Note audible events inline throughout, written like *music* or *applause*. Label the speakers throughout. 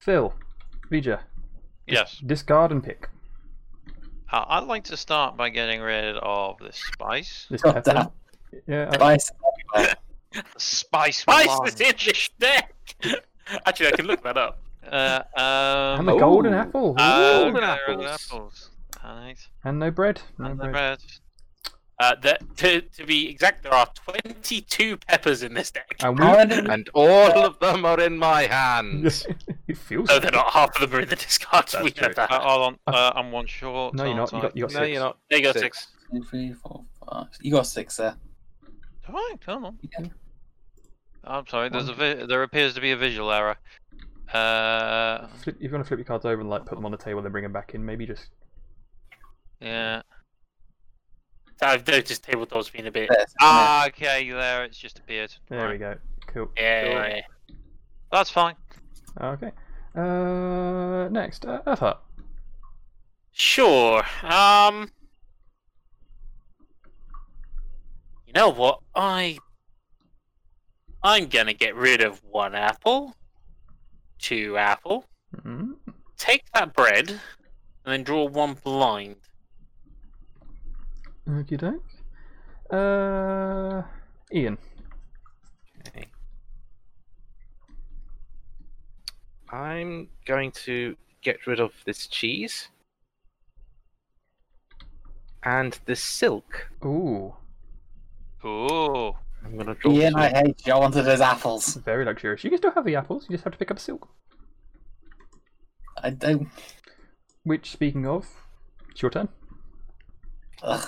Speaker 1: Phil, Vija,
Speaker 2: Yes.
Speaker 1: discard and pick.
Speaker 2: I- I'd like to start by getting rid of the spice.
Speaker 1: This
Speaker 3: God damn.
Speaker 1: pattern. Yeah, I-
Speaker 3: Spice.
Speaker 2: Spice.
Speaker 4: Spice
Speaker 2: one.
Speaker 4: is in this deck. *laughs* Actually, I can look that up.
Speaker 2: Uh, um,
Speaker 1: and the golden apple.
Speaker 4: Uh,
Speaker 1: Ooh.
Speaker 2: golden
Speaker 4: Golden
Speaker 2: apples. Alright.
Speaker 1: and no bread. No
Speaker 2: And the
Speaker 1: bread.
Speaker 2: bread.
Speaker 4: Uh, that to, to be exact, there are 22 peppers in this deck.
Speaker 1: And
Speaker 3: How did it-
Speaker 5: And all of them are in my hands.
Speaker 1: we. *laughs* it feels.
Speaker 4: No, they're not. Half of them are in the discard.
Speaker 5: That's
Speaker 4: we
Speaker 5: true.
Speaker 4: know that.
Speaker 2: Uh, hold on. Uh, I'm one short.
Speaker 1: No, you're not.
Speaker 2: aren't
Speaker 1: You got, you got
Speaker 5: no,
Speaker 1: six.
Speaker 5: you're not.
Speaker 4: there you go,
Speaker 5: Six.
Speaker 4: six.
Speaker 3: Two, three, four, five. You got six there.
Speaker 2: I? Have I? Come on.
Speaker 3: Yeah.
Speaker 2: I'm sorry. There's a vi- there appears to be a visual error. Uh,
Speaker 1: Flip, if you want to flip your cards over and like put them on the table, then bring them back in. Maybe just
Speaker 2: yeah.
Speaker 4: I've noticed tabletop's been a bit.
Speaker 3: There,
Speaker 2: Ah, okay. There, it's just appeared.
Speaker 1: there we go. Cool.
Speaker 4: Yeah.
Speaker 2: That's fine.
Speaker 1: Okay. Uh, next, uh, Earth Heart.
Speaker 4: Sure. Um. You know what? I. I'm gonna get rid of one apple, two apple,
Speaker 1: Mm,
Speaker 4: take that bread, and then draw one blind.
Speaker 1: Okie doke. Uh, Ian.
Speaker 5: I'm going to get rid of this cheese and this silk.
Speaker 1: Ooh,
Speaker 2: Ooh.
Speaker 5: I'm going to draw.
Speaker 3: Ian,
Speaker 5: two.
Speaker 3: I hate you. I wanted those apples.
Speaker 1: very luxurious. You can still have the apples. You just have to pick up silk.
Speaker 3: I don't.
Speaker 1: Which, speaking of, it's your turn.
Speaker 3: Ugh.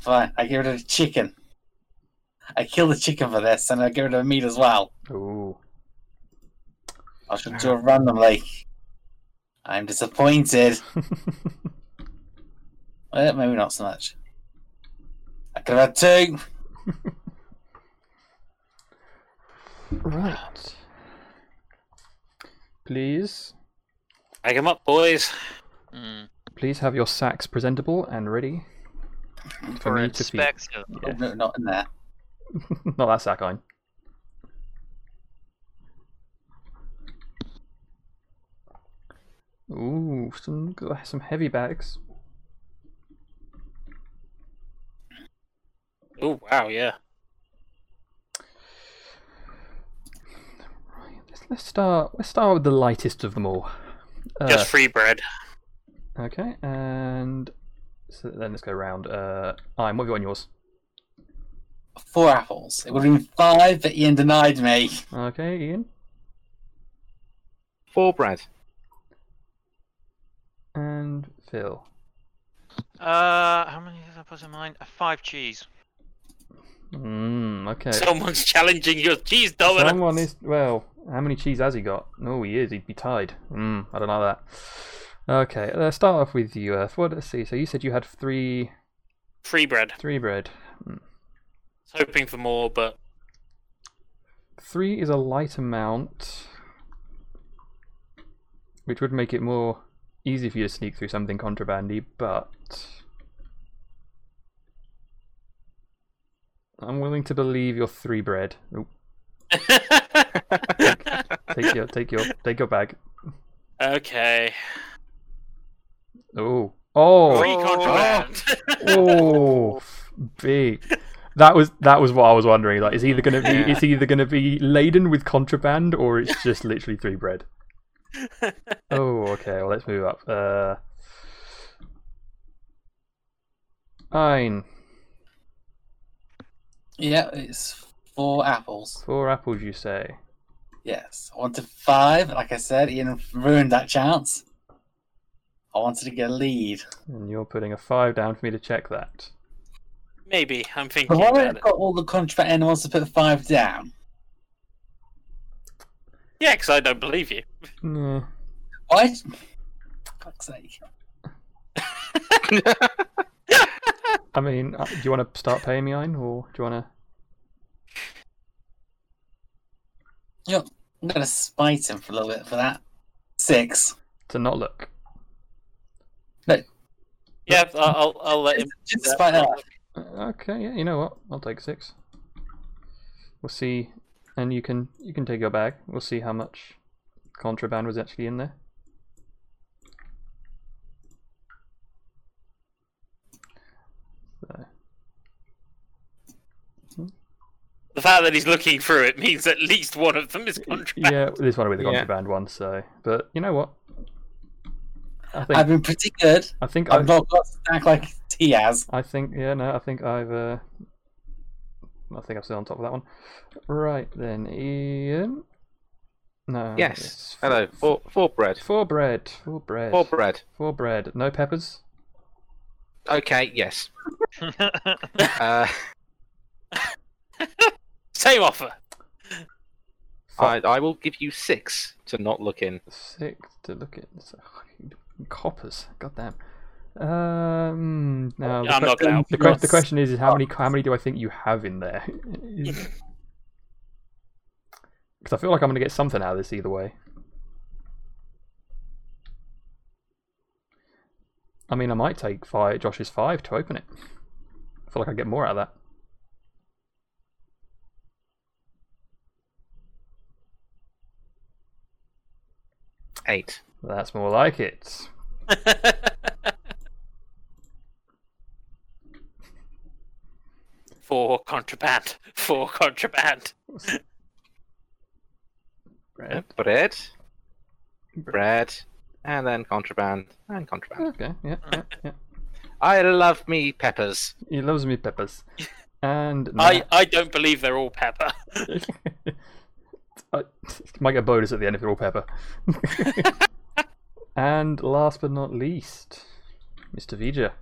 Speaker 3: Fine. I get rid of the chicken. I kill the chicken for this, and I get rid of the meat as well.
Speaker 1: Ooh. *laughs*
Speaker 3: I should do it randomly. I'm disappointed. Well, maybe not so much. I could have had two.
Speaker 1: right. Please,
Speaker 4: Bag 'em up, boys.
Speaker 2: Mm.
Speaker 1: please have your sacks presentable and ready for
Speaker 2: For
Speaker 1: me to feed.
Speaker 2: inspector.
Speaker 3: Oh,
Speaker 1: Yeah.
Speaker 3: no, not in there.
Speaker 1: *laughs* Not that sack, Ian. Ooh, some some heavy bags.
Speaker 4: Oh wow, yeah.
Speaker 1: Right, let's, let's start. Let's start with the lightest of them all. Uh,
Speaker 4: Just free bread.
Speaker 1: okay, and so then let's go round. Uh, Ian, what have you got on yours?
Speaker 3: Four apples. It would have been five, but Ian denied me.
Speaker 1: Okay, Ian.
Speaker 5: Four bread.
Speaker 1: And Phil.
Speaker 2: Uh, how many did I put in mine? Uh, Five cheese. *laughs*
Speaker 1: Mm, okay.
Speaker 4: Someone's challenging your cheese dominance.
Speaker 1: Someone is well. How many cheese has he got? No, he is. He'd be tied. Mm, I don't know that. Okay, let's start off with you, Earth. What? Let's see. So you said you had three,
Speaker 4: Free bread.
Speaker 1: three bread.
Speaker 4: I was hoping for more, but *laughs*
Speaker 1: Three is a light amount, which would make it more easy for you to sneak through something contrabandy. But I'm willing to believe your three bread. Oop, take your, take your, take your bag.
Speaker 4: okay.
Speaker 1: Oh, oh.
Speaker 4: Free contraband.
Speaker 1: oh, big. That was that was what I was wondering. Like, is either gonna be
Speaker 5: Yeah.
Speaker 1: it's either gonna be laden with contraband or it's just literally three bread. Oh, okay. Well, let's move up. Uh, Ein,
Speaker 3: Yeah, it's four apples.
Speaker 1: four apples, you say.
Speaker 3: Yes. I wanted five. Like I said, Ian ruined that chance. I wanted to get a lead.
Speaker 1: And you're putting a five down for me to check that.
Speaker 4: *laughs* Maybe I'm thinking
Speaker 3: But why
Speaker 4: about
Speaker 3: haven't I
Speaker 4: it.
Speaker 3: got all the contract and wants to put five down?
Speaker 4: Yeah, because I don't believe you.
Speaker 1: Yeah.
Speaker 3: Why? Fuck's sake.
Speaker 1: I mean, uh, do you want to start paying me, Ein, or do you want to?
Speaker 3: I'm going to spite him for a little bit for that. Six.
Speaker 1: to not look.
Speaker 4: Yeah, I- I'll I'll let him.
Speaker 3: Just spite that.
Speaker 1: Uh, Okay, yeah, you know what? I'll take six. We'll see, and you can you can take your bag. We'll see how much contraband was actually in there. So,
Speaker 4: The fact that he's looking through it means at least one of them is contraband.
Speaker 1: yeah, this one will be the
Speaker 5: Yeah.
Speaker 1: contraband one. So, but you know what? I think
Speaker 3: I've been pretty good.
Speaker 1: I think
Speaker 3: I've
Speaker 1: I've,
Speaker 3: not got stack like he has.
Speaker 1: I think yeah no I think I've uh, I think I'm still on top of that one. Right then, Ian. No.
Speaker 5: Yes.
Speaker 1: it's f-
Speaker 5: Hello. Four, four bread.
Speaker 1: Four bread. Four bread.
Speaker 5: Four bread.
Speaker 1: Four bread. No peppers.
Speaker 5: Okay. Yes. Uh,
Speaker 4: Same offer.
Speaker 5: I, I will give you six to not look in.
Speaker 1: Sick to look at. So, coppers. Goddamn. Um. Now
Speaker 4: I'm not gonna help.
Speaker 1: the, que- the question is, is how many how many do I think you have in there? *laughs*
Speaker 4: *laughs*
Speaker 1: Because I feel like I'm gonna get something out of this either way. I mean, I might take five, Josh's five to open it. I feel like I get more out of that.
Speaker 5: Eight.
Speaker 1: That's more like it.
Speaker 4: *laughs* Four contraband. Four contraband.
Speaker 1: Bread.
Speaker 5: Bread. Bread. And then contraband. And contraband.
Speaker 1: Okay. Yeah. Yeah. yeah.
Speaker 5: I love me peppers.
Speaker 1: He loves me
Speaker 4: *laughs*
Speaker 1: peppers. And
Speaker 4: I, I don't believe they're all pepper. *laughs*
Speaker 1: *laughs* I might get a bonus at the end if they're all pepper. and last but not least, Mr. Vija.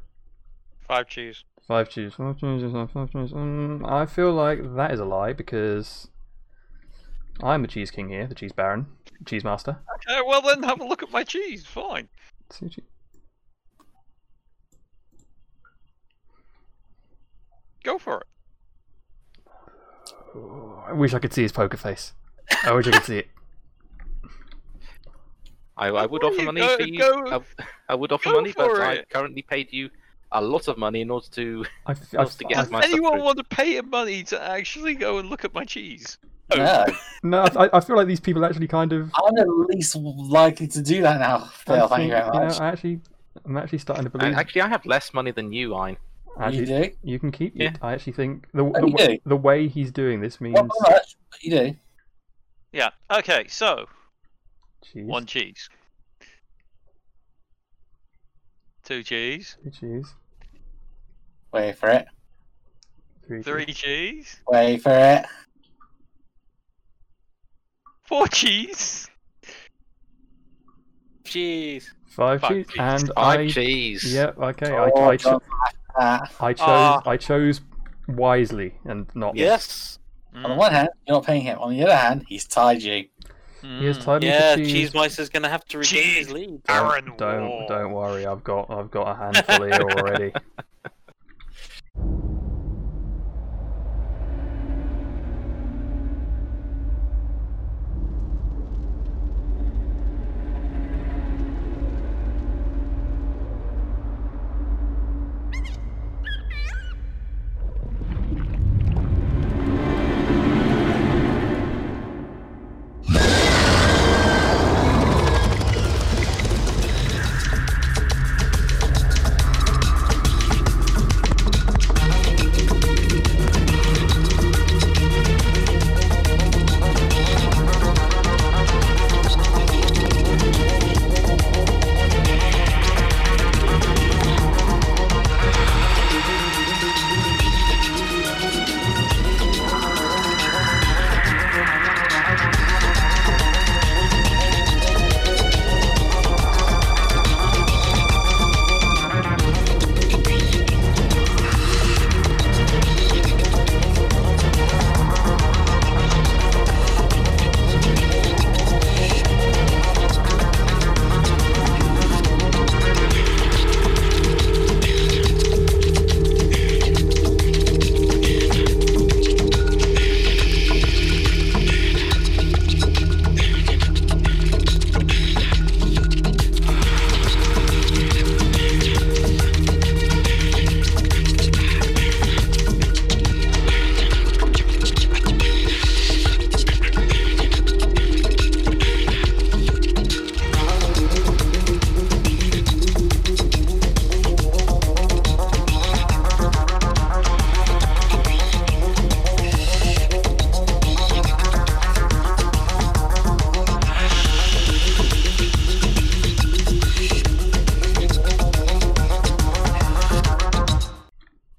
Speaker 2: Five cheese.
Speaker 1: Five chews, five chews, five chews. Um, I feel like that is a lie because I'm the cheese king here, the cheese baron, cheese master.
Speaker 2: Okay, Uh, well then have a look at my cheese. Fine.
Speaker 1: Two che-
Speaker 2: Go for it.
Speaker 1: Oh, I wish I could see his poker face. I wish I could see it.
Speaker 5: I, I would
Speaker 2: Why
Speaker 5: offer
Speaker 2: you
Speaker 5: money
Speaker 2: go-
Speaker 5: for you.
Speaker 2: go-
Speaker 5: I, I would offer
Speaker 2: go
Speaker 5: money, but
Speaker 2: for
Speaker 5: I
Speaker 2: it.
Speaker 5: currently paid you a lot of money in order to.
Speaker 1: I, f- I
Speaker 5: Wants
Speaker 1: f-
Speaker 5: to get
Speaker 1: I-
Speaker 5: my
Speaker 2: Does anyone
Speaker 5: subscription.
Speaker 2: want to pay him money to actually go and look at my cheese?
Speaker 3: No.
Speaker 1: no, I, I feel like these people actually kind of.
Speaker 3: I'm at least likely to do that now, Phil.
Speaker 1: I
Speaker 3: Thank
Speaker 1: think,
Speaker 3: you very
Speaker 1: you know,
Speaker 3: much.
Speaker 1: I actually, I'm actually starting to
Speaker 5: And
Speaker 1: believe.
Speaker 5: uh, actually, I have less money than you, Ein.
Speaker 1: actually,
Speaker 3: you do?
Speaker 1: You can keep
Speaker 5: Yeah.
Speaker 1: it. I actually think the
Speaker 3: Oh,
Speaker 1: the,
Speaker 3: you
Speaker 1: w-
Speaker 3: do?
Speaker 1: the way he's doing this means
Speaker 3: Not by much, but you do.
Speaker 2: Yeah. Okay. So
Speaker 1: cheese,
Speaker 2: one cheese, two cheese,
Speaker 1: two cheese,
Speaker 3: Wait for it.
Speaker 1: three,
Speaker 2: three
Speaker 1: cheese.
Speaker 2: cheese,
Speaker 3: Wait for it.
Speaker 2: four cheese.
Speaker 4: Jeez.
Speaker 1: five
Speaker 2: Five
Speaker 1: cheese,
Speaker 2: cheese.
Speaker 1: and
Speaker 5: Five
Speaker 1: I.
Speaker 5: cheese.
Speaker 1: Yeah, okay.
Speaker 3: Oh,
Speaker 1: I, I, cho-
Speaker 3: don't laugh at
Speaker 1: I chose
Speaker 4: Ah.
Speaker 1: I chose wisely and not.
Speaker 4: Yes.
Speaker 3: that. On the one hand, you're not paying him. On the other hand, he's tied you.
Speaker 1: He has
Speaker 2: Mm.
Speaker 1: tied me to
Speaker 4: Yeah,
Speaker 1: cheese.
Speaker 4: Cheese Meister's gonna have to regain
Speaker 2: Cheese.
Speaker 4: his lead.
Speaker 1: Don't-
Speaker 2: Aaron
Speaker 1: don't
Speaker 2: Wall.
Speaker 1: don't worry. I've got I've got a handful here already.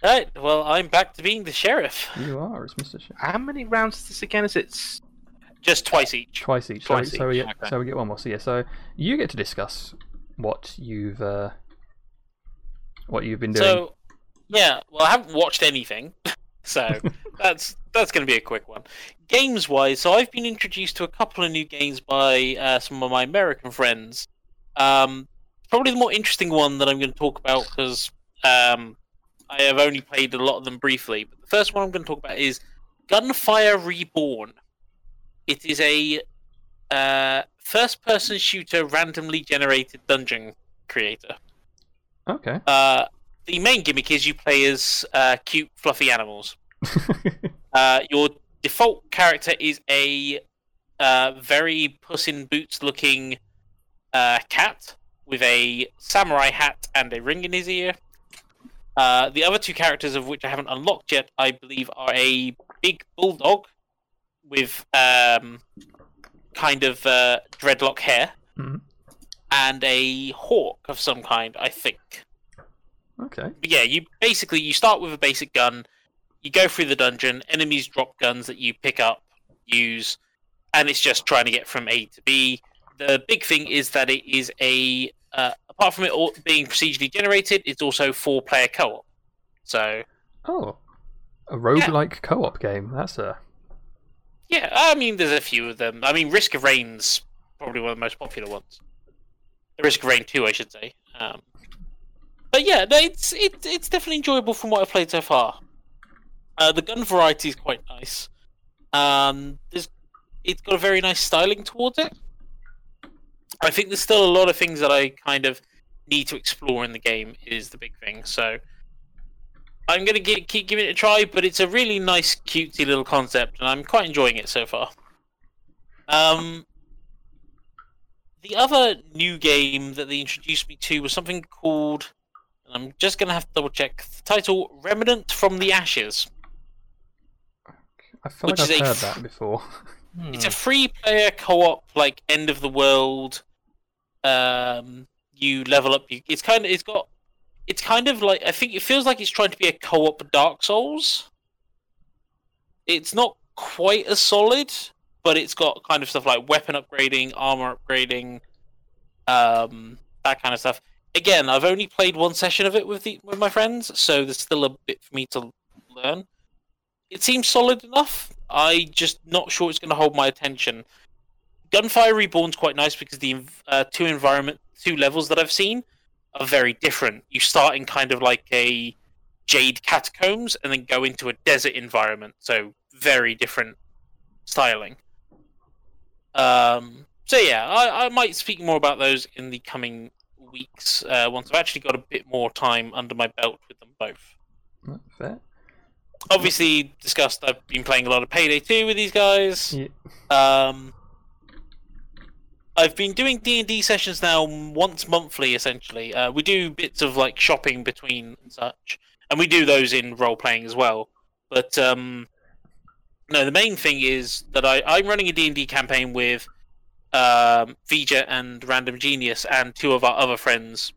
Speaker 4: Right, well, I'm back to being the sheriff.
Speaker 1: You are, it's Mr. Sheriff.
Speaker 5: How many rounds is this again? Is it s-
Speaker 4: Just twice each.
Speaker 1: Twice each.
Speaker 4: Twice
Speaker 1: so, so we
Speaker 4: each,
Speaker 1: get,
Speaker 4: okay.
Speaker 1: so we get one more. So yeah, so you get to discuss what you've uh, what you've been doing.
Speaker 4: So, yeah, well, I haven't watched anything, *laughs*
Speaker 1: *laughs*
Speaker 4: so that's that's going to be a quick one. Games wise, so I've been introduced to a couple of new games by uh, some of my American friends. Um, probably the more interesting one that I'm going to talk about because um, I have only played a lot of them briefly. But the first one I'm going to talk about is Gunfire Reborn. It is a uh, first-person shooter, randomly generated dungeon creator.
Speaker 1: okay.
Speaker 4: *laughs* Uh, the main gimmick is you play as uh, cute, fluffy animals. Uh, your default character is a uh, very puss in boots looking uh, cat with a samurai hat and a ring in his ear. Uh, the other two characters, of which I haven't unlocked yet, I believe, are a big bulldog with um, kind of uh, dreadlock hair
Speaker 1: Mhm.
Speaker 4: and a hawk of some kind, I think
Speaker 1: okay.
Speaker 4: but yeah, you basically you start with a basic gun, you go through the dungeon, enemies drop guns that you pick up, use, and it's just trying to get from A to B. The big thing is that it is a uh, apart from it all being procedurally generated, it's also four player co-op. So
Speaker 1: Oh, a roguelike co-op game. That's a
Speaker 4: yeah, I mean there's a few of them. I mean Risk of Rain's probably one of the most popular ones. The Risk of Rain two, I should say. Um, but yeah, no, it's it, it's definitely enjoyable from what I've played so far. Uh, the gun variety is quite nice. Um, there's, it's got a very nice styling towards it. I think there's still a lot of things that I kind of need to explore in the game. Is the big thing. So I'm gonna gi- keep giving it a try, but it's a really nice, cutesy little concept, and I'm quite enjoying it so far. Um, the other new game that they introduced me to was something called, and I'm just gonna have to double check the title: Remnant from the Ashes.
Speaker 1: I feel
Speaker 4: Which
Speaker 1: like I've
Speaker 4: is a
Speaker 1: heard
Speaker 4: f-
Speaker 1: that before. *laughs*
Speaker 5: hmm.
Speaker 4: It's a free-player co-op, like end of the world. Um, you level up. You, it's kind of. It's got. It's kind of like. I think it feels like it's trying to be a co-op Dark Souls. It's not quite as solid, but it's got kind of stuff like weapon upgrading, armor upgrading, um, that kind of stuff. Again, I've only played one session of it with the, with my friends, so there's still a bit for me to learn it seems solid enough. I just not sure it's going to hold my attention. Gunfire Reborn's quite nice because the env- uh, two environment, two levels that I've seen are very different. You start in kind of like a jade catacombs and then go into a desert environment, so very different styling. Um, so yeah, I, I might speak more about those in the coming weeks uh, once I've actually got a bit more time under my belt with them both
Speaker 1: Not Fair.
Speaker 4: obviously discussed I've been playing a lot of Payday 2 with these guys.
Speaker 1: Yeah.
Speaker 4: Um I've been doing D&D sessions now once monthly essentially. Uh, we do bits of like shopping between and such and we do those in role playing as well. But um no, the main thing is that I, I'm running a D&D campaign with um, Vija and Random Genius and two of our other friends.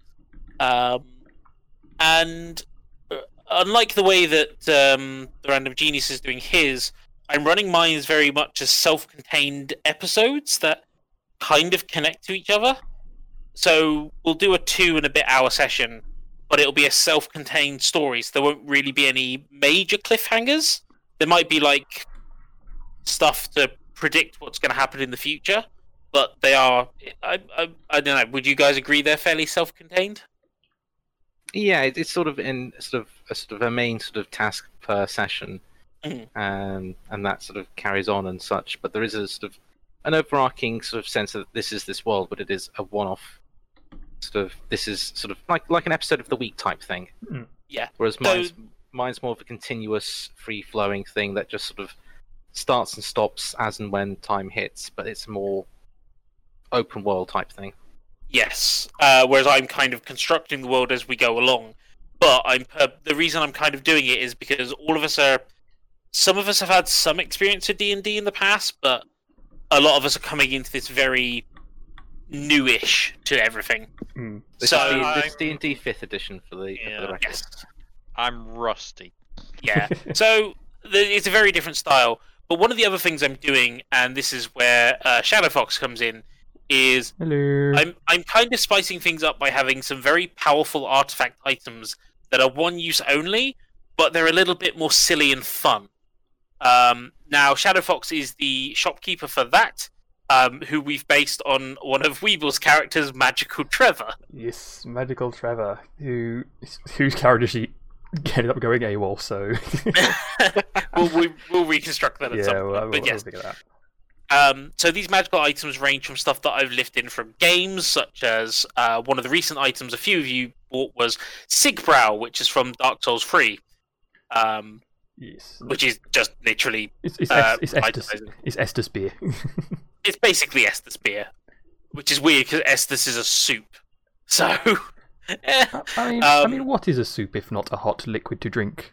Speaker 4: Um, and unlike the way that um, the random genius is doing his, I'm running mine as very much as self-contained episodes that kind of connect to each other. So we'll do a two and a bit hour session, but it'll be a self-contained story. So there won't really be any major cliffhangers. There might be like stuff to predict what's going to happen in the future, but they are. I, I I don't know. Would you guys agree they're fairly self-contained?
Speaker 5: Yeah, it, it's sort of in sort of a sort of a main sort of task per session,
Speaker 4: Mhm.
Speaker 5: um, and that sort of carries on and such. But there is a sort of an overarching sort of sense that this is this world, but it is a one-off. Sort of this is sort of like like an episode of the week type thing.
Speaker 1: Mm.
Speaker 4: Yeah,
Speaker 5: Whereas
Speaker 4: so-
Speaker 5: mine's mine's more of a continuous, free-flowing thing that just sort of starts and stops as and when time hits. But it's a more open world type thing.
Speaker 4: Yes. Uh, whereas I'm kind of constructing the world as we go along. But I'm per- the reason I'm kind of doing it is because all of us are. Some of us have had some experience with D and D in the past, but a lot of us are coming into this very newish to everything.
Speaker 1: Mm.
Speaker 5: This
Speaker 4: so
Speaker 5: is D-
Speaker 4: I'm-
Speaker 5: this D and D fifth edition for the, for the
Speaker 2: Yeah.
Speaker 5: record.
Speaker 4: Yes.
Speaker 2: I'm rusty.
Speaker 4: Yeah. *laughs* so th it's a very different style. But one of the other things I'm doing, and this is where uh, Shadow Fox comes in, is
Speaker 1: *laughs* Hello.
Speaker 4: I'm I'm kind of spicing things up by having some very powerful artifact items that are one use only, but they're a little bit more silly and fun. Um, now, Shadow Fox is the shopkeeper for that, um, who we've based on one of Weeble's characters, Magical Trevor. *laughs*
Speaker 1: Yes, Medical Trevor, who whose character she *laughs* ended up going AWOL, so *laughs*
Speaker 4: we'll, we, we'll reconstruct that at some
Speaker 1: yeah,
Speaker 4: point.
Speaker 1: we'll, we'll,
Speaker 4: but
Speaker 1: we'll
Speaker 4: yes,
Speaker 1: figure that. out.
Speaker 4: Um, so these magical items range from stuff that I've lifted from games, such as uh, one of the recent items a few of you bought was Sigbrow, which is from Dark Souls 3, um,
Speaker 1: Yes,
Speaker 4: which is just literally,
Speaker 1: it's it's,
Speaker 4: uh,
Speaker 1: Es- it's
Speaker 4: I-
Speaker 1: Estus, it's Estus beer.
Speaker 4: it's basically Estus beer, which is weird because Estus is a soup. So, *laughs* eh,
Speaker 1: *laughs* I- I mean, I
Speaker 4: Um,
Speaker 1: mean, what is a soup if not a hot liquid to drink?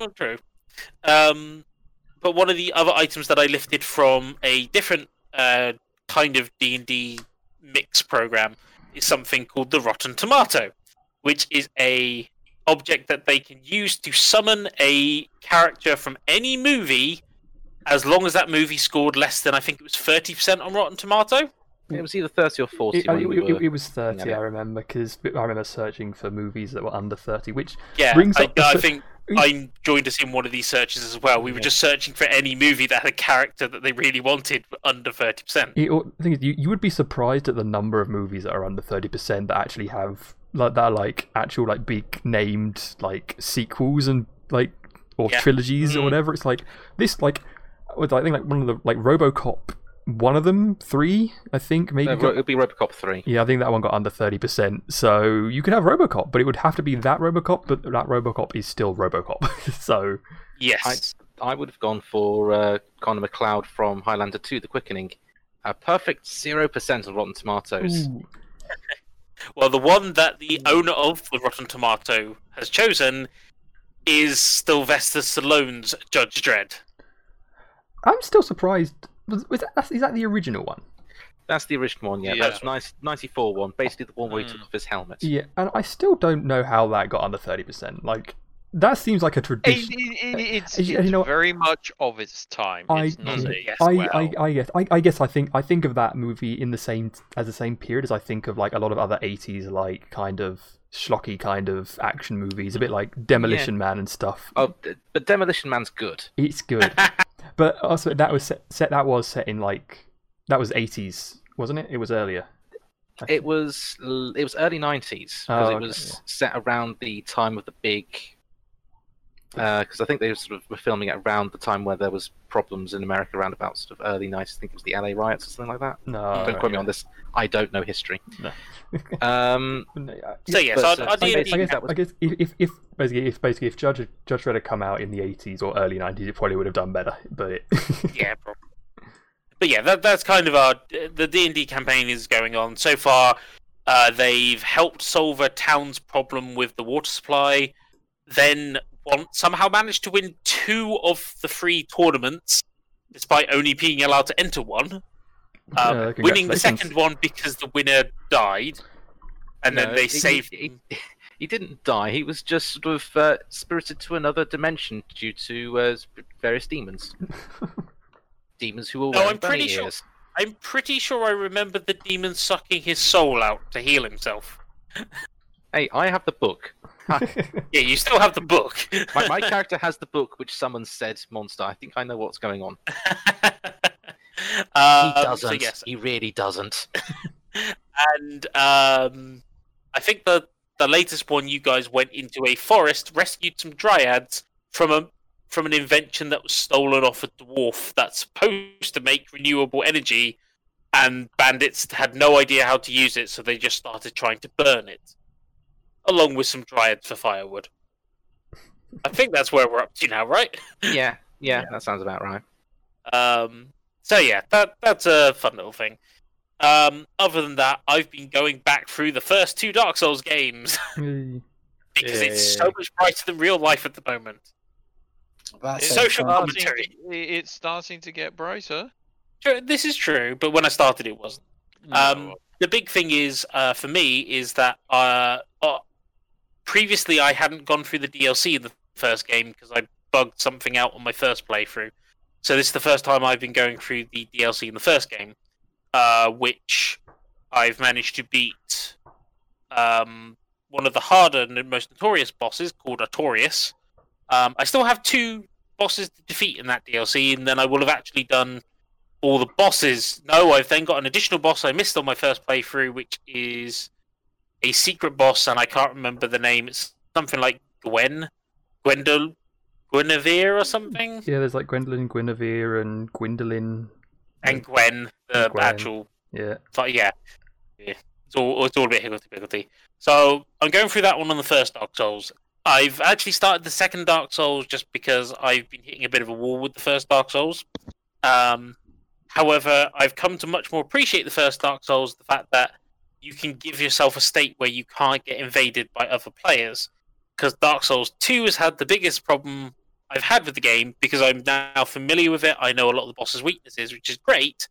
Speaker 4: not true. Um, but one of the other items that I lifted from a different uh, kind of D and D mix program is something called the Rotten Tomato, which is a object that they can use to summon a character from any movie, as long as that movie scored less than I think it was thirty percent on Rotten Tomato.
Speaker 5: It was either thirty or forty.
Speaker 1: It, uh,
Speaker 5: when
Speaker 1: it-
Speaker 5: we
Speaker 1: it-
Speaker 5: were...
Speaker 1: it was thirty,
Speaker 5: Yeah.
Speaker 1: I remember, because I remember searching for movies that were under thirty, which
Speaker 4: Yeah,
Speaker 1: Brings
Speaker 4: I,
Speaker 1: up the
Speaker 4: I
Speaker 1: cer-
Speaker 4: think I joined us in one of these searches as well. We were
Speaker 1: Yeah.
Speaker 4: just searching for any movie that had a character that they really wanted but under thirty percent.
Speaker 1: It, or- the thing is, you, you would be surprised at the number of movies that are under thirty percent that actually have like that are, like actual like big named like sequels and like or
Speaker 4: Yeah.
Speaker 1: trilogies or
Speaker 4: Mm.
Speaker 1: whatever. It's like this like with, I think like one of the like RoboCop, one of them three I think maybe.
Speaker 5: No,
Speaker 1: got-
Speaker 5: it'll be RoboCop three.
Speaker 1: yeah, I think that one got under thirty percent. So you could have RoboCop, but it would have to be that RoboCop. But that RoboCop is still RoboCop. *laughs* so
Speaker 4: Yes.
Speaker 5: I would have gone for uh, Connor McLeod from Highlander two: The Quickening. A perfect zero percent on Rotten Tomatoes.
Speaker 1: Ooh,
Speaker 4: Well, the one that the owner of the Rotten Tomato has chosen is Sylvester Stallone's Judge Dredd.
Speaker 1: I'm still surprised. Was, was that, is that the original one?
Speaker 5: That's the original one, yeah.
Speaker 2: Yeah.
Speaker 5: That's nice, ninety-four one. Basically, the one where he took off his helmet.
Speaker 1: Mm. Yeah, and I still don't know how that got under thirty percent. Like that seems like a
Speaker 2: It,
Speaker 1: tradition.
Speaker 2: it, it, it's
Speaker 1: Uh, you
Speaker 2: it's
Speaker 1: know-
Speaker 2: very much of its time.
Speaker 1: I-
Speaker 2: It's not
Speaker 4: Mm.
Speaker 2: aged
Speaker 4: Yes,
Speaker 1: I,
Speaker 2: well.
Speaker 1: I, I guess I, I guess I think I think of that movie in the same as the same period as I think of like a lot of other eighties like kind of schlocky kind of action movies, a bit like Demolition Man and stuff.
Speaker 5: Oh, d- but Demolition Man's good.
Speaker 1: It's
Speaker 5: *laughs*
Speaker 1: good, but also that was set, set that was set in like that was eighties, wasn't it? It was earlier. I
Speaker 5: It was l- it was early nineties
Speaker 1: Oh,
Speaker 5: because it
Speaker 1: okay,
Speaker 5: was
Speaker 1: yeah.
Speaker 5: set around the time of the big. Because I think they sort of were filming it around the time where there was problems in America around about sort of early nineties. I think it was the LA riots or something like that.
Speaker 1: No,
Speaker 5: don't quote me on this. I don't know history.
Speaker 1: Oh, No.
Speaker 5: *laughs* um,
Speaker 1: No,
Speaker 4: So yes,
Speaker 5: But,
Speaker 4: our,
Speaker 5: uh,
Speaker 4: our
Speaker 1: I
Speaker 5: Yeah,
Speaker 1: guess,
Speaker 4: D&D
Speaker 1: I guess,
Speaker 5: that was-
Speaker 1: I guess if, if, if basically if basically if Judge Judge Dredd had come out in the eighties or early nineties, it probably would have done better. But it, *laughs*
Speaker 4: yeah, probably. But yeah, that, that's kind of our the D and D campaign is going on so far. Uh, they've helped solve a town's problem with the water supply, then one, somehow managed to win two of the three tournaments, despite only being allowed to enter one. Um,
Speaker 1: Uh,
Speaker 4: winning the
Speaker 1: congratulations.
Speaker 4: second one because the winner died, and
Speaker 5: no,
Speaker 4: then they
Speaker 5: he-
Speaker 4: saved.
Speaker 5: He, *laughs* he, he didn't die. He was just sort of uh, spirited to another dimension due to uh, sp- various demons.
Speaker 1: *laughs*
Speaker 5: demons who were
Speaker 4: No,
Speaker 5: wearing
Speaker 4: I'm pretty
Speaker 5: bunny
Speaker 4: sure-
Speaker 5: ears.
Speaker 4: I'm pretty sure I remember the demon sucking his soul out to heal himself.
Speaker 5: Hey, I have the book.
Speaker 4: Yeah, you still have the book.
Speaker 5: my, my character has the book which summons said monster. I think I know what's going on.
Speaker 4: *laughs* Um, So
Speaker 5: he doesn't.
Speaker 4: yes,
Speaker 5: He really doesn't.
Speaker 4: and um, I think the the latest one you guys went into a forest, rescued some dryads from a from an invention that was stolen off a dwarf that's supposed to make renewable energy, and bandits had no idea how to use it, so they just started trying to burn it, along with some dryads for firewood. I think that's where we're up to now, right? *laughs*
Speaker 5: yeah, yeah, that sounds about right.
Speaker 4: Um, so yeah, that that's a fun little thing. Um, other than that, I've been going back through the first two Dark Souls games *laughs*
Speaker 1: Yay.
Speaker 4: because it's so
Speaker 5: Yeah.
Speaker 4: much brighter than real life at the moment.
Speaker 3: That's
Speaker 2: It's
Speaker 3: so
Speaker 4: social
Speaker 3: fun.
Speaker 4: comedy. commentary.
Speaker 2: starting to- It's starting to get brighter.
Speaker 4: Sure, This is true, but when I started, it wasn't. Um,
Speaker 2: No.
Speaker 4: the big thing is uh, for me is that uh, uh, previously I hadn't gone through the DLC in the first game because I bugged something out on my first playthrough. So this is the first time I've been going through the DLC in the first game, uh, which I've managed to beat um, one of the harder and most notorious bosses called Artorias. Um, I still have two bosses to defeat in that DLC, and then I will have actually done all the bosses. No, I've then got an additional boss I missed on my first playthrough, which is a secret boss, and I can't remember the name. It's something like Gwen, Gwendol, Guinevere or something,
Speaker 1: Yeah, there's like Gwendolyn, Guinevere, and Gwendolyn.
Speaker 4: and Gwen, the
Speaker 1: And Gwen.
Speaker 4: actual.
Speaker 1: Yeah,
Speaker 4: But yeah, yeah. it's all it's all a bit higgledy piggledy. So I'm going through that one on the first Dark Souls. I've actually started the second Dark Souls just because I've been hitting a bit of a wall with the first Dark Souls. Um, however, I've come to much more appreciate the first Dark Souls, the fact that you can give yourself a state where you can't get invaded by other players. Because Dark Souls 2 has had the biggest problem I've had with the game because I'm now familiar with it. I know a lot of the boss's weaknesses, which is great.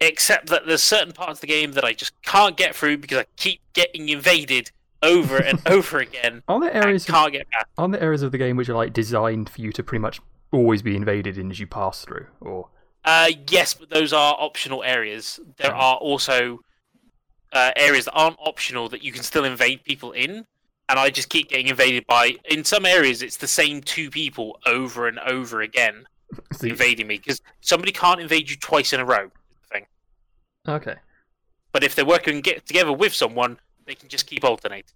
Speaker 4: Except that there's certain parts of the game that I just can't get through because I keep getting invaded over and over again.
Speaker 1: are there
Speaker 4: and
Speaker 1: areas? Of,
Speaker 4: can't get past.
Speaker 1: are there areas of the game which are like designed for you to pretty much always be invaded in as you pass through? Or
Speaker 4: Uh, yes, but those are optional areas. There
Speaker 1: Okay.
Speaker 4: are also uh, areas that aren't optional that you can still invade people in, and I just keep getting invaded by. In some areas, it's the same two people over and over again
Speaker 1: so you-
Speaker 4: invading me because somebody can't invade you twice in a row. is the Thing,
Speaker 1: okay,
Speaker 4: but if they're working get together with someone, they can just keep alternating.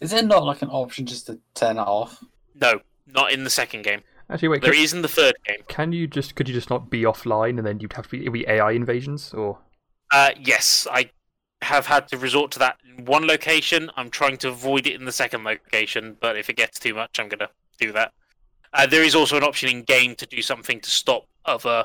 Speaker 3: Is there not like an option just to turn it off?
Speaker 4: No, not in the second game.
Speaker 1: actually, wait.
Speaker 4: There
Speaker 1: Can,
Speaker 4: is in the third game.
Speaker 1: can you just could you just not be offline and then you'd have to be, it'd be AI invasions or
Speaker 4: Uh, yes, I have had to resort to that in one location. I'm trying to avoid it in the second location, but if it gets too much, I'm going to do that. Uh, there is also an option in game to do something to stop other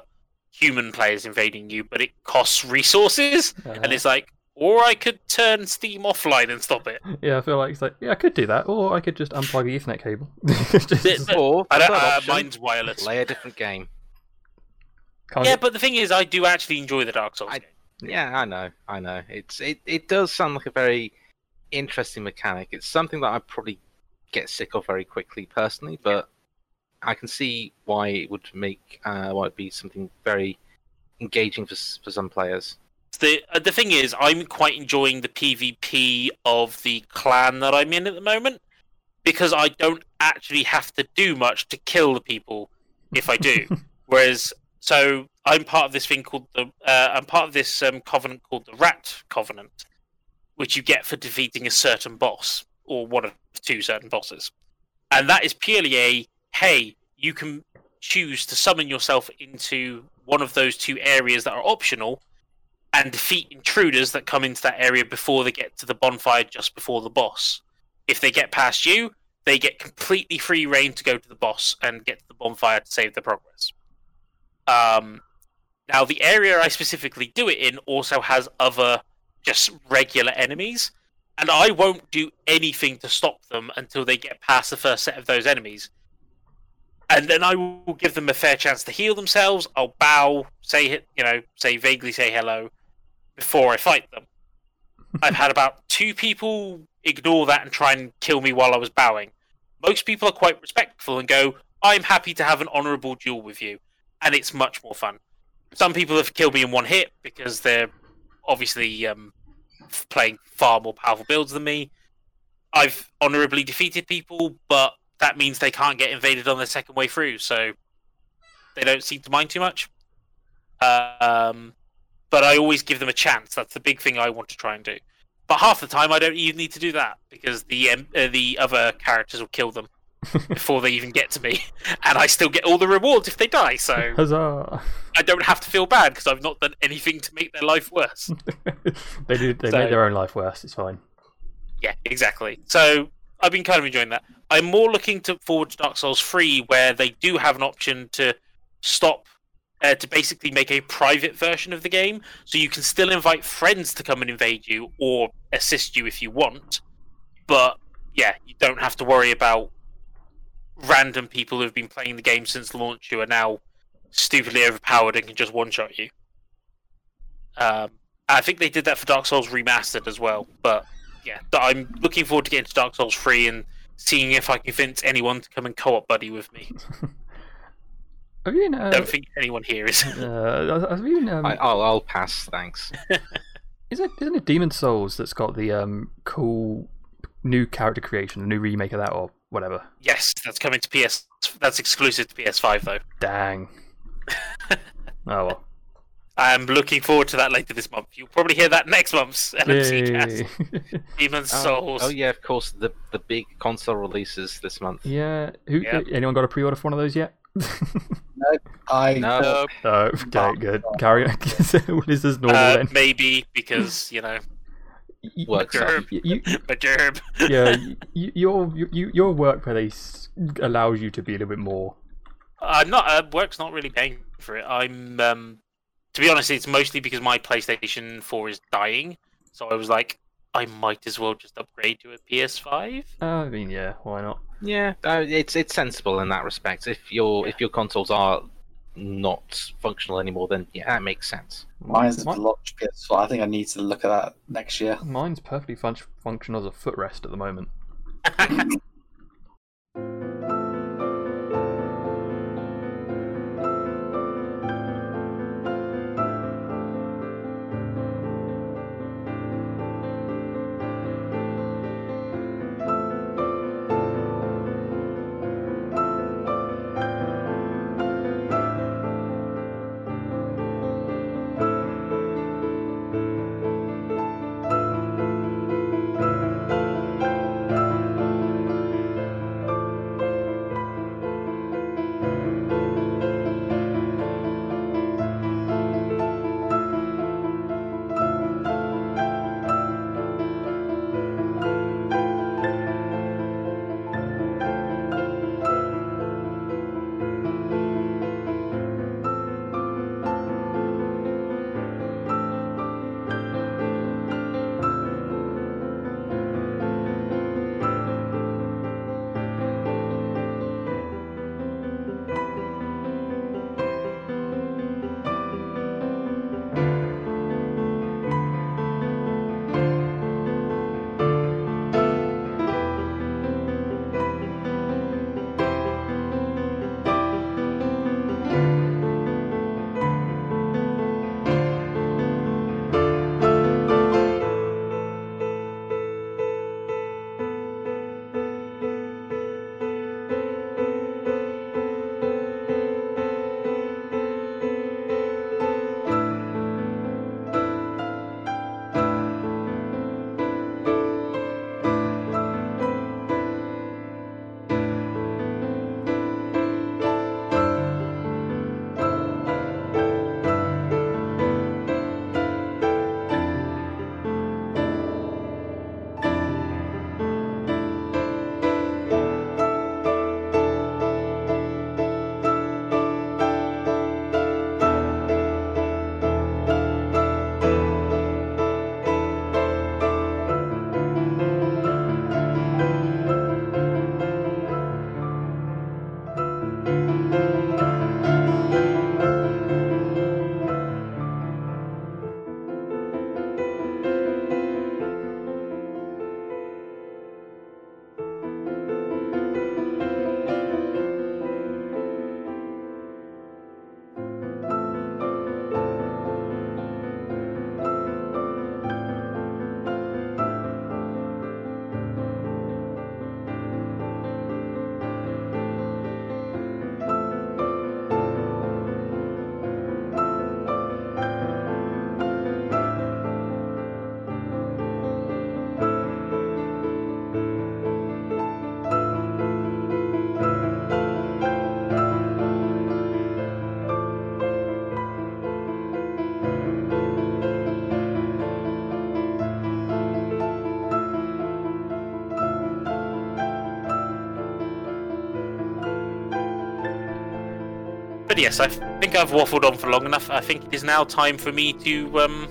Speaker 4: human players invading you, but it costs resources, and it's like, or I could turn Steam offline and stop it.
Speaker 1: yeah, I feel like it's like yeah, I could do that, or I could just unplug the Ethernet cable. *laughs*
Speaker 4: Th-
Speaker 1: Just
Speaker 4: th-
Speaker 5: Or
Speaker 4: I don't,
Speaker 5: third
Speaker 4: uh,
Speaker 5: option,
Speaker 4: mine's wireless.
Speaker 5: play a different game.
Speaker 1: can't
Speaker 4: Yeah,
Speaker 1: get-
Speaker 4: but the thing is, I do actually enjoy the Dark Souls.
Speaker 5: I-
Speaker 4: game.
Speaker 5: Yeah, I know, I know. It's it, it does sound like a very interesting mechanic. It's something that I probably get sick of very quickly personally, but I can see why it would make uh, why it'd be something very engaging for s- for some players.
Speaker 4: The uh, the thing is, I'm quite enjoying the PvP of the clan that I'm in at the moment because I don't actually have to do much to kill the people if I do. Whereas, so I'm part of this thing called the uh, I'm part of this um, covenant called the Rat Covenant, which you get for defeating a certain boss or one of two certain bosses, and that is purely a hey, you can choose to summon yourself into one of those two areas that are optional and defeat intruders that come into that area before they get to the bonfire just before the boss. If they get past you, they get completely free reign to go to the boss and get to the bonfire to save their progress. Um, now, the area I specifically do it in also has other just regular enemies, and I won't do anything to stop them until they get past the first set of those enemies. And then I will give them a fair chance to heal themselves. I'll bow, say hi- you know, say vaguely say hello, before I fight them. I've had about two people ignore that and try and kill me while I was bowing. Most people are quite respectful and go, I'm happy to have an honourable duel with you. And it's much more fun. Some people have killed me in one hit because they're obviously um, f- playing far more powerful builds than me. I've honourably defeated people, but that means they can't get invaded on their second way through, so they don't seem to mind too much. Um, but I always give them a chance. That's the big thing I want to try and do. But half the time, I don't even need to do that because the um, uh, the other characters will kill them before they even get to me, *laughs* and I still get all the rewards if they die. So
Speaker 1: *laughs* Huzzah!
Speaker 4: I don't have to feel bad because I've not done anything to make their life worse.
Speaker 1: they do. They
Speaker 4: So-
Speaker 1: make their own life worse. It's fine.
Speaker 4: Yeah, exactly. So I've been kind of enjoying that. I'm more looking to forward to Dark Souls 3, where they do have an option to stop, uh, to basically make a private version of the game, so you can still invite friends to come and invade you or assist you if you want. But yeah, you don't have to worry about random people who've been playing the game since launch who are now stupidly overpowered and can just one shot you. Um, I think they did that for Dark Souls Remastered as well, but yeah, that I'm looking forward to getting to Dark Souls three and seeing if I can convince anyone to come and co-op buddy with me.
Speaker 1: Have you been? Uh,
Speaker 4: Don't think anyone here is. *laughs*
Speaker 1: uh, have you been? Um,
Speaker 5: I, I'll, I'll pass, thanks.
Speaker 1: Isn't isn't it Demon Souls that's got the um cool new character creation, a new remake of that or whatever?
Speaker 4: yes, that's coming to PS. That's exclusive to PS five though.
Speaker 1: *laughs* Dang. oh well.
Speaker 4: I'm looking forward to that later this month. You'll probably hear that next month's *laughs* LMC cast.
Speaker 1: Yay.
Speaker 4: Demon
Speaker 5: Uh,
Speaker 4: Souls.
Speaker 5: Oh yeah, of course. The the big console releases this month.
Speaker 1: *laughs* yeah. Who?
Speaker 4: Yep.
Speaker 1: Anyone got a pre-order for one of those yet? *laughs*
Speaker 3: I
Speaker 5: No. uh,
Speaker 2: Nope.
Speaker 1: Oh, okay, good. Carry on. *laughs* what is this normal
Speaker 4: Uh,
Speaker 1: *laughs* then?
Speaker 4: maybe
Speaker 5: *laughs*
Speaker 4: because you know,
Speaker 1: Y-
Speaker 5: Works out.
Speaker 4: gerb,
Speaker 1: y- You,
Speaker 4: a gerb.
Speaker 1: yeah, y- y- your you, your workplace allows you to be a little bit more.
Speaker 4: I'm not. Uh, work's not really paying for it. I'm. Um, to be honest, it's mostly because my PlayStation 4 is dying. So I was like, I might as well just upgrade to a PS5.
Speaker 1: Uh, I mean, yeah, why not?
Speaker 5: Yeah, uh, it's it's sensible in that respect. If your if your consoles are not functional anymore, then yeah, that makes sense.
Speaker 3: mine's
Speaker 1: Mi-
Speaker 3: blocked PS4. I think I need to look at that next year.
Speaker 1: mine's perfectly fun- functional as a footrest at the moment.
Speaker 4: But yes, I think I've waffled on for long enough. I think it is now time for me to um,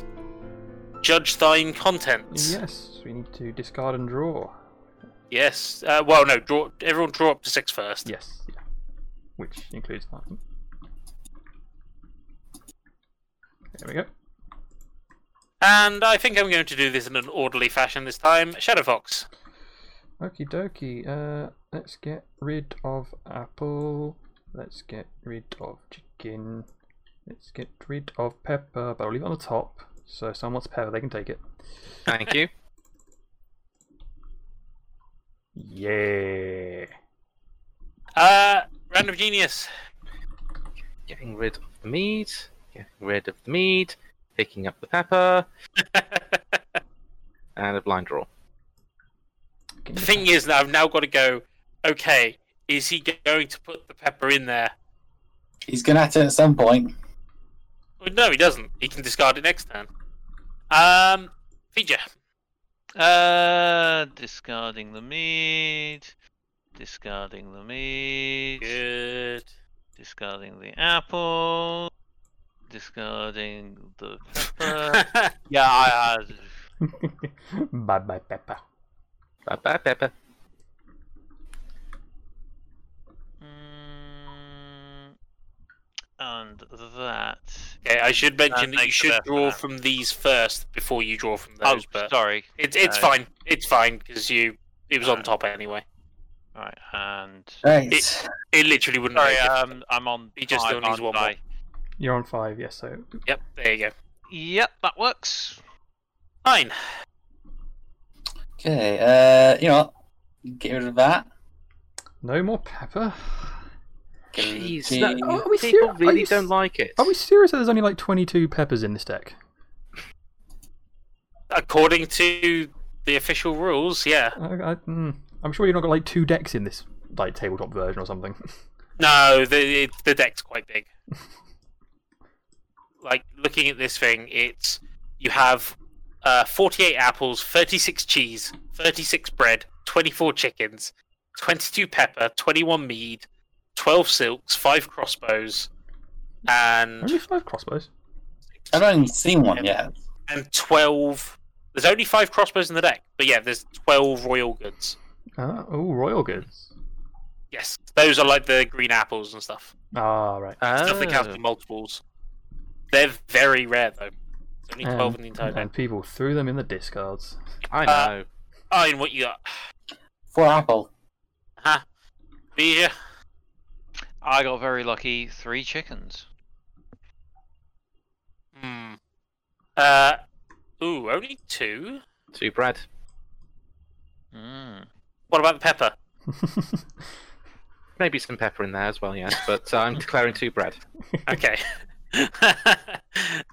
Speaker 4: judge thine contents.
Speaker 1: Yes, we need to discard and draw.
Speaker 4: Yes. Uh, well, no. Draw. Everyone draw up to six first.
Speaker 1: Yes, yeah. which includes that. There we go.
Speaker 4: And I think I'm going to do this in an orderly fashion this time. Shadow Fox.
Speaker 1: Okie dokie. Uh, let's get rid of apple. Let's get rid of chicken. Let's get rid of pepper, but I'll leave it on the top. So if someone wants pepper, they can take it.
Speaker 5: Thank you.
Speaker 1: Yeah. *laughs*
Speaker 4: Uh, Random Genius.
Speaker 5: *laughs*
Speaker 4: *laughs*
Speaker 5: Getting rid of the meat. Getting rid of the meat. Picking up the pepper. and a blind draw.
Speaker 4: The thing is, that I've now got to go. Okay, is he going to put the pepper in there?
Speaker 3: He's gonna have to at some point.
Speaker 4: Well, no, he doesn't. He can discard it next turn. Um, feature.
Speaker 2: Uh, discarding the meat. Discarding the meat.
Speaker 4: *laughs* Good.
Speaker 2: Discarding the apple. Discarding the
Speaker 4: *laughs*
Speaker 2: pepper. yeah, I, I
Speaker 1: bye bye, pepper.
Speaker 5: Bye bye, pepper.
Speaker 2: Mm, and that.
Speaker 4: okay, I should mention that you
Speaker 2: makes the
Speaker 4: should
Speaker 2: best
Speaker 4: draw
Speaker 2: of that.
Speaker 4: from these first before you draw from
Speaker 2: Oh,
Speaker 4: those. but
Speaker 2: sorry.
Speaker 4: it's it's
Speaker 2: no.
Speaker 4: fine. It's fine because you it was on top anyway.
Speaker 2: Right, and
Speaker 3: Right.
Speaker 4: It- It literally wouldn't.
Speaker 2: sorry,
Speaker 4: make it.
Speaker 2: um, I'm on.
Speaker 4: He just
Speaker 2: five,
Speaker 4: still needs
Speaker 2: aren't
Speaker 4: one more.
Speaker 2: I?
Speaker 1: You're on five, yes. So
Speaker 4: Yep. There you go.
Speaker 2: Yep, that works.
Speaker 4: Fine.
Speaker 3: Okay. Uh, you know what? Get rid of that.
Speaker 1: no more pepper.
Speaker 3: Get rid of
Speaker 5: Jeez,
Speaker 3: the
Speaker 5: no, oh,
Speaker 3: cheese.
Speaker 1: Are we
Speaker 5: people
Speaker 1: serious? Are
Speaker 5: really
Speaker 1: you
Speaker 5: don't
Speaker 1: s-
Speaker 5: like it.
Speaker 1: Are we serious that there's only like 22 peppers in this deck?
Speaker 4: According to the official rules, yeah.
Speaker 1: I, I, mm, I'm sure you've not got like two decks in this like tabletop version or something. *laughs*
Speaker 4: Hmm. No, the it- the deck's quite big. like looking at this thing, it's you have uh, 48 apples, 36 cheese, 36 bread, 24 chickens, 22 pepper, 21 mead, 12 silks, 5 crossbows, and
Speaker 1: only five crossbows.
Speaker 3: I haven't even seen one yet.
Speaker 4: and 12. There's only 5 crossbows in the deck, but yeah, there's 12 royal goods.
Speaker 1: Ah, oh, royal goods.
Speaker 4: Yes, those are like the green apples and stuff.
Speaker 1: Ah, right.
Speaker 4: stuff
Speaker 5: Oh,
Speaker 4: that counts for multiples. They're very rare though. There's only
Speaker 1: Oh,
Speaker 4: twelve in the entire deck.
Speaker 1: and people threw them in the discards. *laughs*
Speaker 4: uh,
Speaker 5: I know.
Speaker 4: Oh, and what you got?
Speaker 3: Four apple.
Speaker 4: Huh? Beer.
Speaker 2: I got very lucky. Three chickens.
Speaker 4: Hmm. Uh. Ooh, only two.
Speaker 5: Two bread.
Speaker 4: *laughs*
Speaker 2: Mm. *laughs*
Speaker 4: What about the pepper?
Speaker 5: Maybe some pepper in there as well, yes, but uh, I'm declaring two bread.
Speaker 4: Okay. *laughs*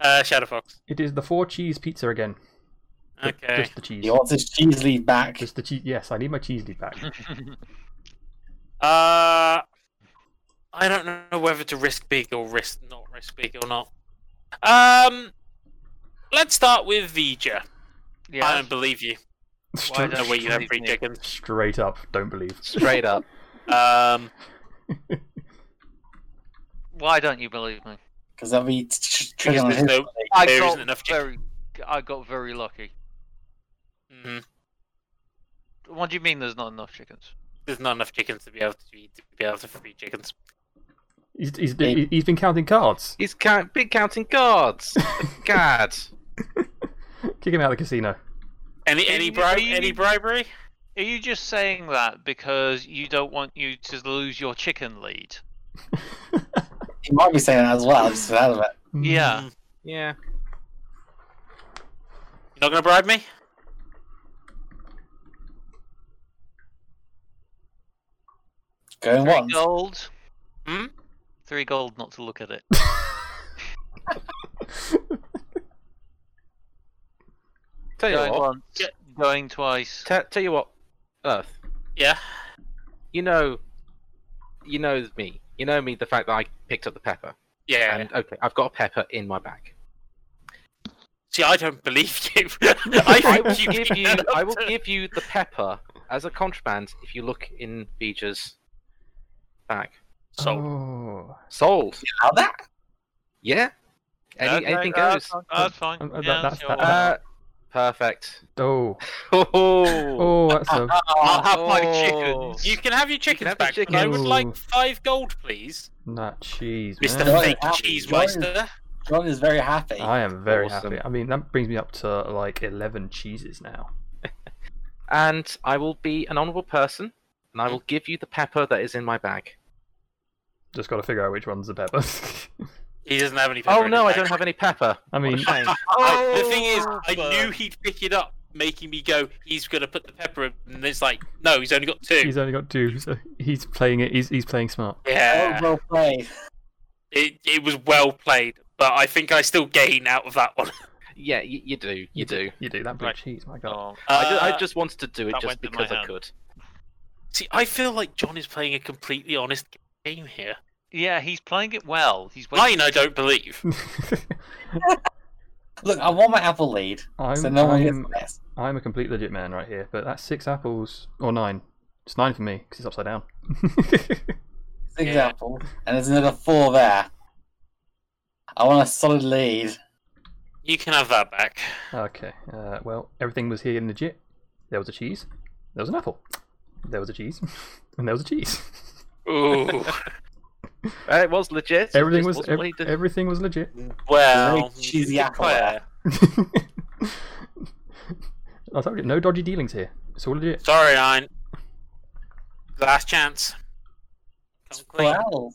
Speaker 4: uh, Shadow Fox.
Speaker 1: it is the four cheese pizza again. Ju-
Speaker 4: Okay.
Speaker 1: Just the cheese.
Speaker 3: You want this cheese lead back?
Speaker 1: Just the cheese. Yes, I need my cheese lead
Speaker 4: Hmm.
Speaker 1: *laughs* back.
Speaker 4: Uh. I don't know whether to risk big or risk not risk big or not. Um. Let's start with Vija.
Speaker 2: yeah.
Speaker 4: I don't believe you. I
Speaker 1: Straight,
Speaker 4: don't know where you have three
Speaker 2: Believe me.
Speaker 4: chickens.
Speaker 1: straight up, don't believe.
Speaker 5: Straight up.
Speaker 4: Um.
Speaker 2: Why don't you believe me?
Speaker 3: Because that'll be t- t-
Speaker 4: Because
Speaker 3: triggering
Speaker 4: there's
Speaker 3: his.
Speaker 4: no,
Speaker 2: I
Speaker 4: there
Speaker 2: got
Speaker 4: isn't enough chicken.
Speaker 2: very. I got very lucky.
Speaker 4: Mhm.
Speaker 2: What do you mean? There's not enough chickens?
Speaker 4: There's not enough chickens to be able to eat to be able to feed chickens.
Speaker 1: He's, he's, he's been counting cards.
Speaker 5: He's count- big
Speaker 4: *laughs*
Speaker 5: counting cards. God.
Speaker 1: Kick him out of the casino.
Speaker 4: Any
Speaker 2: Can
Speaker 4: any
Speaker 2: you
Speaker 4: bribe
Speaker 2: eat-
Speaker 4: any bribery?
Speaker 2: Are you just saying that because you don't want you to lose your chicken lead?
Speaker 3: *laughs* He might be saying that as well. Just for the hell of it.
Speaker 1: Hmm. Mm.
Speaker 2: Yeah.
Speaker 5: Yeah.
Speaker 4: You're not gonna bribe me?
Speaker 3: Going
Speaker 2: Three
Speaker 3: once.
Speaker 2: gold.
Speaker 4: Hmm?
Speaker 2: Three gold not to look at it.
Speaker 5: Tell you
Speaker 2: Going
Speaker 5: what.
Speaker 2: once,
Speaker 4: Yeah.
Speaker 2: going twice.
Speaker 5: T- tell you what, Earth.
Speaker 4: Yeah.
Speaker 5: You know, you know me. You know me. The fact that I picked up the pepper.
Speaker 4: Yeah.
Speaker 5: And okay, I've got a pepper in my bag.
Speaker 4: See, I don't believe *laughs* you. *laughs* I
Speaker 5: I will
Speaker 4: think you
Speaker 5: give you.
Speaker 4: enough *laughs*
Speaker 5: I will
Speaker 4: to-
Speaker 5: give you the pepper as a contraband if you look in Vija's bag.
Speaker 4: So
Speaker 1: Oh.
Speaker 5: Sold.
Speaker 3: How that?
Speaker 5: Yeah.
Speaker 2: Okay,
Speaker 5: Any, anything
Speaker 2: that's
Speaker 5: goes.
Speaker 2: fine, Oh, That's fine.
Speaker 1: Uh, that-
Speaker 2: yeah,
Speaker 1: that's-
Speaker 2: sure.
Speaker 1: that-
Speaker 5: Uh, perfect. *laughs*
Speaker 1: Oh.
Speaker 5: Oh.
Speaker 1: Oh, that's a.
Speaker 2: I'll have my chickens.
Speaker 4: oh. you can have your chickens
Speaker 5: have your
Speaker 4: back. but I would
Speaker 1: chickens. Ooh.
Speaker 4: like five gold, please,
Speaker 1: Not cheese.
Speaker 4: Mister
Speaker 1: man.
Speaker 3: Right,
Speaker 4: Fake
Speaker 3: I'll-
Speaker 4: Cheese
Speaker 3: right.
Speaker 4: Waster.
Speaker 3: John is very happy.
Speaker 1: I am very
Speaker 5: Awesome.
Speaker 1: happy. I mean, that brings me up to like 11 cheeses now.
Speaker 5: And I will be an honourable person, and I will give you the pepper that is in my bag.
Speaker 1: Just got to figure out which one's the pepper.
Speaker 4: He doesn't have any.
Speaker 5: Oh no, I don't have any pepper.
Speaker 1: *laughs* I
Speaker 5: What a
Speaker 1: mean,
Speaker 5: shame.
Speaker 4: I, the thing is,
Speaker 5: Oh,
Speaker 4: I knew he'd pick it up, making me go. He's gonna put the pepper in, and it's like, no, he's only got two.
Speaker 1: he's only got two, so he's playing it. He's he's playing smart.
Speaker 4: yeah,
Speaker 3: Well, well played.
Speaker 4: it it was well played, but I think I still gain out of that one.
Speaker 5: yeah, you, you do, you do.
Speaker 1: You do that big
Speaker 2: Right.
Speaker 1: cheese, my god.
Speaker 2: Oh,
Speaker 5: I, ju- I
Speaker 4: Uh,
Speaker 5: just wanted to do it
Speaker 2: that
Speaker 5: just
Speaker 2: went in my
Speaker 5: because I
Speaker 2: hand.
Speaker 5: could.
Speaker 4: see. I feel like John is playing a completely honest game here.
Speaker 2: yeah, he's playing it well. He's waiting.
Speaker 4: Mine, I don't believe.
Speaker 3: Look, I want my apple lead,
Speaker 1: *laughs* I'm,
Speaker 3: so no one gets
Speaker 1: I'm,
Speaker 3: this.
Speaker 1: I'm a complete legit man right here, but that's six apples, or nine. It's nine for me, because it's upside down. *laughs*
Speaker 3: Six
Speaker 4: Yeah.
Speaker 3: apples, and there's another four there. I want a solid lead.
Speaker 4: You can have that back.
Speaker 1: okay, uh, well, everything was here in legit. There was a cheese, there was an apple, there was a cheese, *laughs* and there was a cheese. *laughs*
Speaker 4: Ooh,
Speaker 5: Uh, it was legit. it
Speaker 1: Everything
Speaker 5: just
Speaker 1: was
Speaker 5: wasn't
Speaker 1: ev-
Speaker 5: what he did.
Speaker 1: everything was legit.
Speaker 4: *laughs*
Speaker 1: *laughs*
Speaker 4: well,
Speaker 3: Very cheesy
Speaker 4: to
Speaker 3: apple
Speaker 4: Claire,
Speaker 3: there.
Speaker 1: I told you, no dodgy dealings here. It's all legit.
Speaker 4: Sorry, Nine. Last chance. Come clean.
Speaker 3: Twelve.